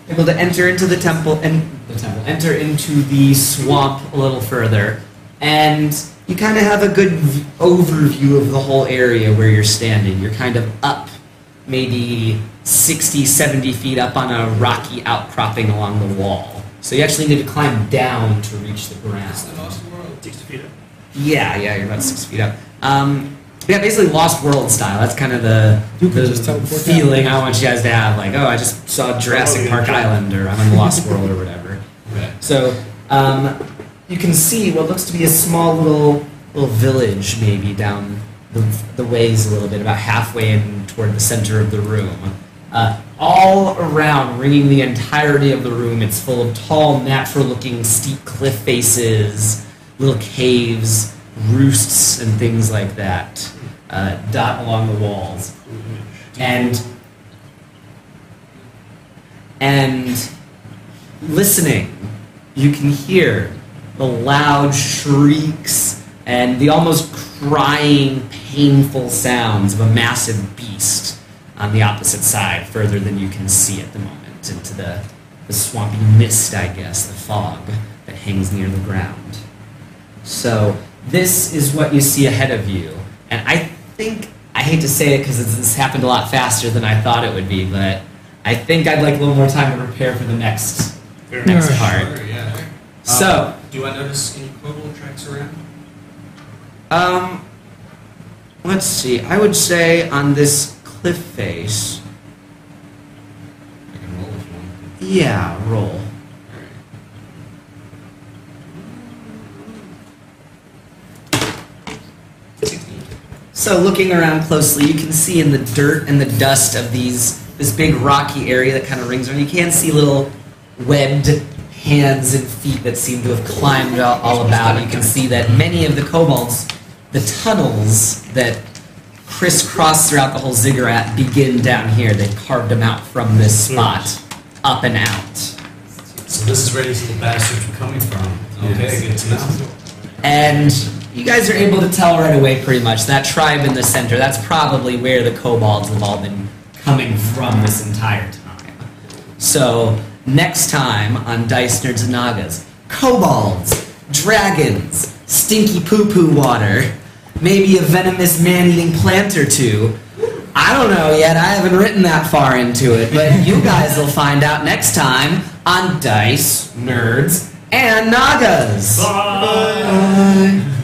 I: able to enter into the temple, and
A: The temple. Enter into the swamp a little further, and
I: you kind of have a good v-
A: overview of the whole area where you're standing. You're kind of up, maybe 60, 70 feet up on a rocky outcropping along the wall. So you actually need to climb down to reach the ground. Yeah, yeah, you're about six feet up. Um, yeah, basically Lost World style. That's kind of the,
B: You could
A: the
B: just teleport down.
A: feeling I want you guys to have. Like, oh, I just saw Jurassic Park Island, or I'm in Lost World, or whatever.
E: Okay.
A: So um, you can see what looks to be a small little little village, maybe down the, the ways a little bit, about halfway in toward the center of the room. Uh, all around, ringing the entirety of the room, it's full of tall, natural-looking, steep cliff faces, little caves, roosts, and things like that, uh, dot along the walls. And and listening, you can hear the loud shrieks and the almost crying, painful sounds of a massive beast on the opposite side, further than you can see at the moment, into the, the swampy mist, I guess, the fog that hangs near the ground. So, this is what you see ahead of you. And I think, I hate to say it because this happened a lot faster than I thought it would be, but I think I'd like a little more time to prepare for the next next
B: Yeah.
A: part.
E: Sure, yeah.
A: So,
E: Um, do I notice any cobalt tracks around?
A: um, let's see. I would say on this cliff face,
E: I can roll if you want.
A: yeah, roll.
E: All right.
A: So looking around closely, you can see in the dirt and the dust of these this big rocky area that kind of rings around. You can see little webbed hands and feet that seem to have climbed all, all about. You can see that many of the kobolds, the tunnels that crisscross throughout the whole ziggurat begin down here. They carved them out from this spot, up and out.
E: So this is where these little bastards are coming from. Okay, good to know.
A: And you guys are able to tell right away, pretty much, that tribe in the center, that's probably where the kobolds have all been coming from this entire time. So, next time on Dice Nerds and Nagas, kobolds, dragons, stinky poo poo water, maybe a venomous man eating plant or two. I don't know yet, I haven't written that far into it, but you guys will find out next time on Dice Nerds and Nagas. Bye.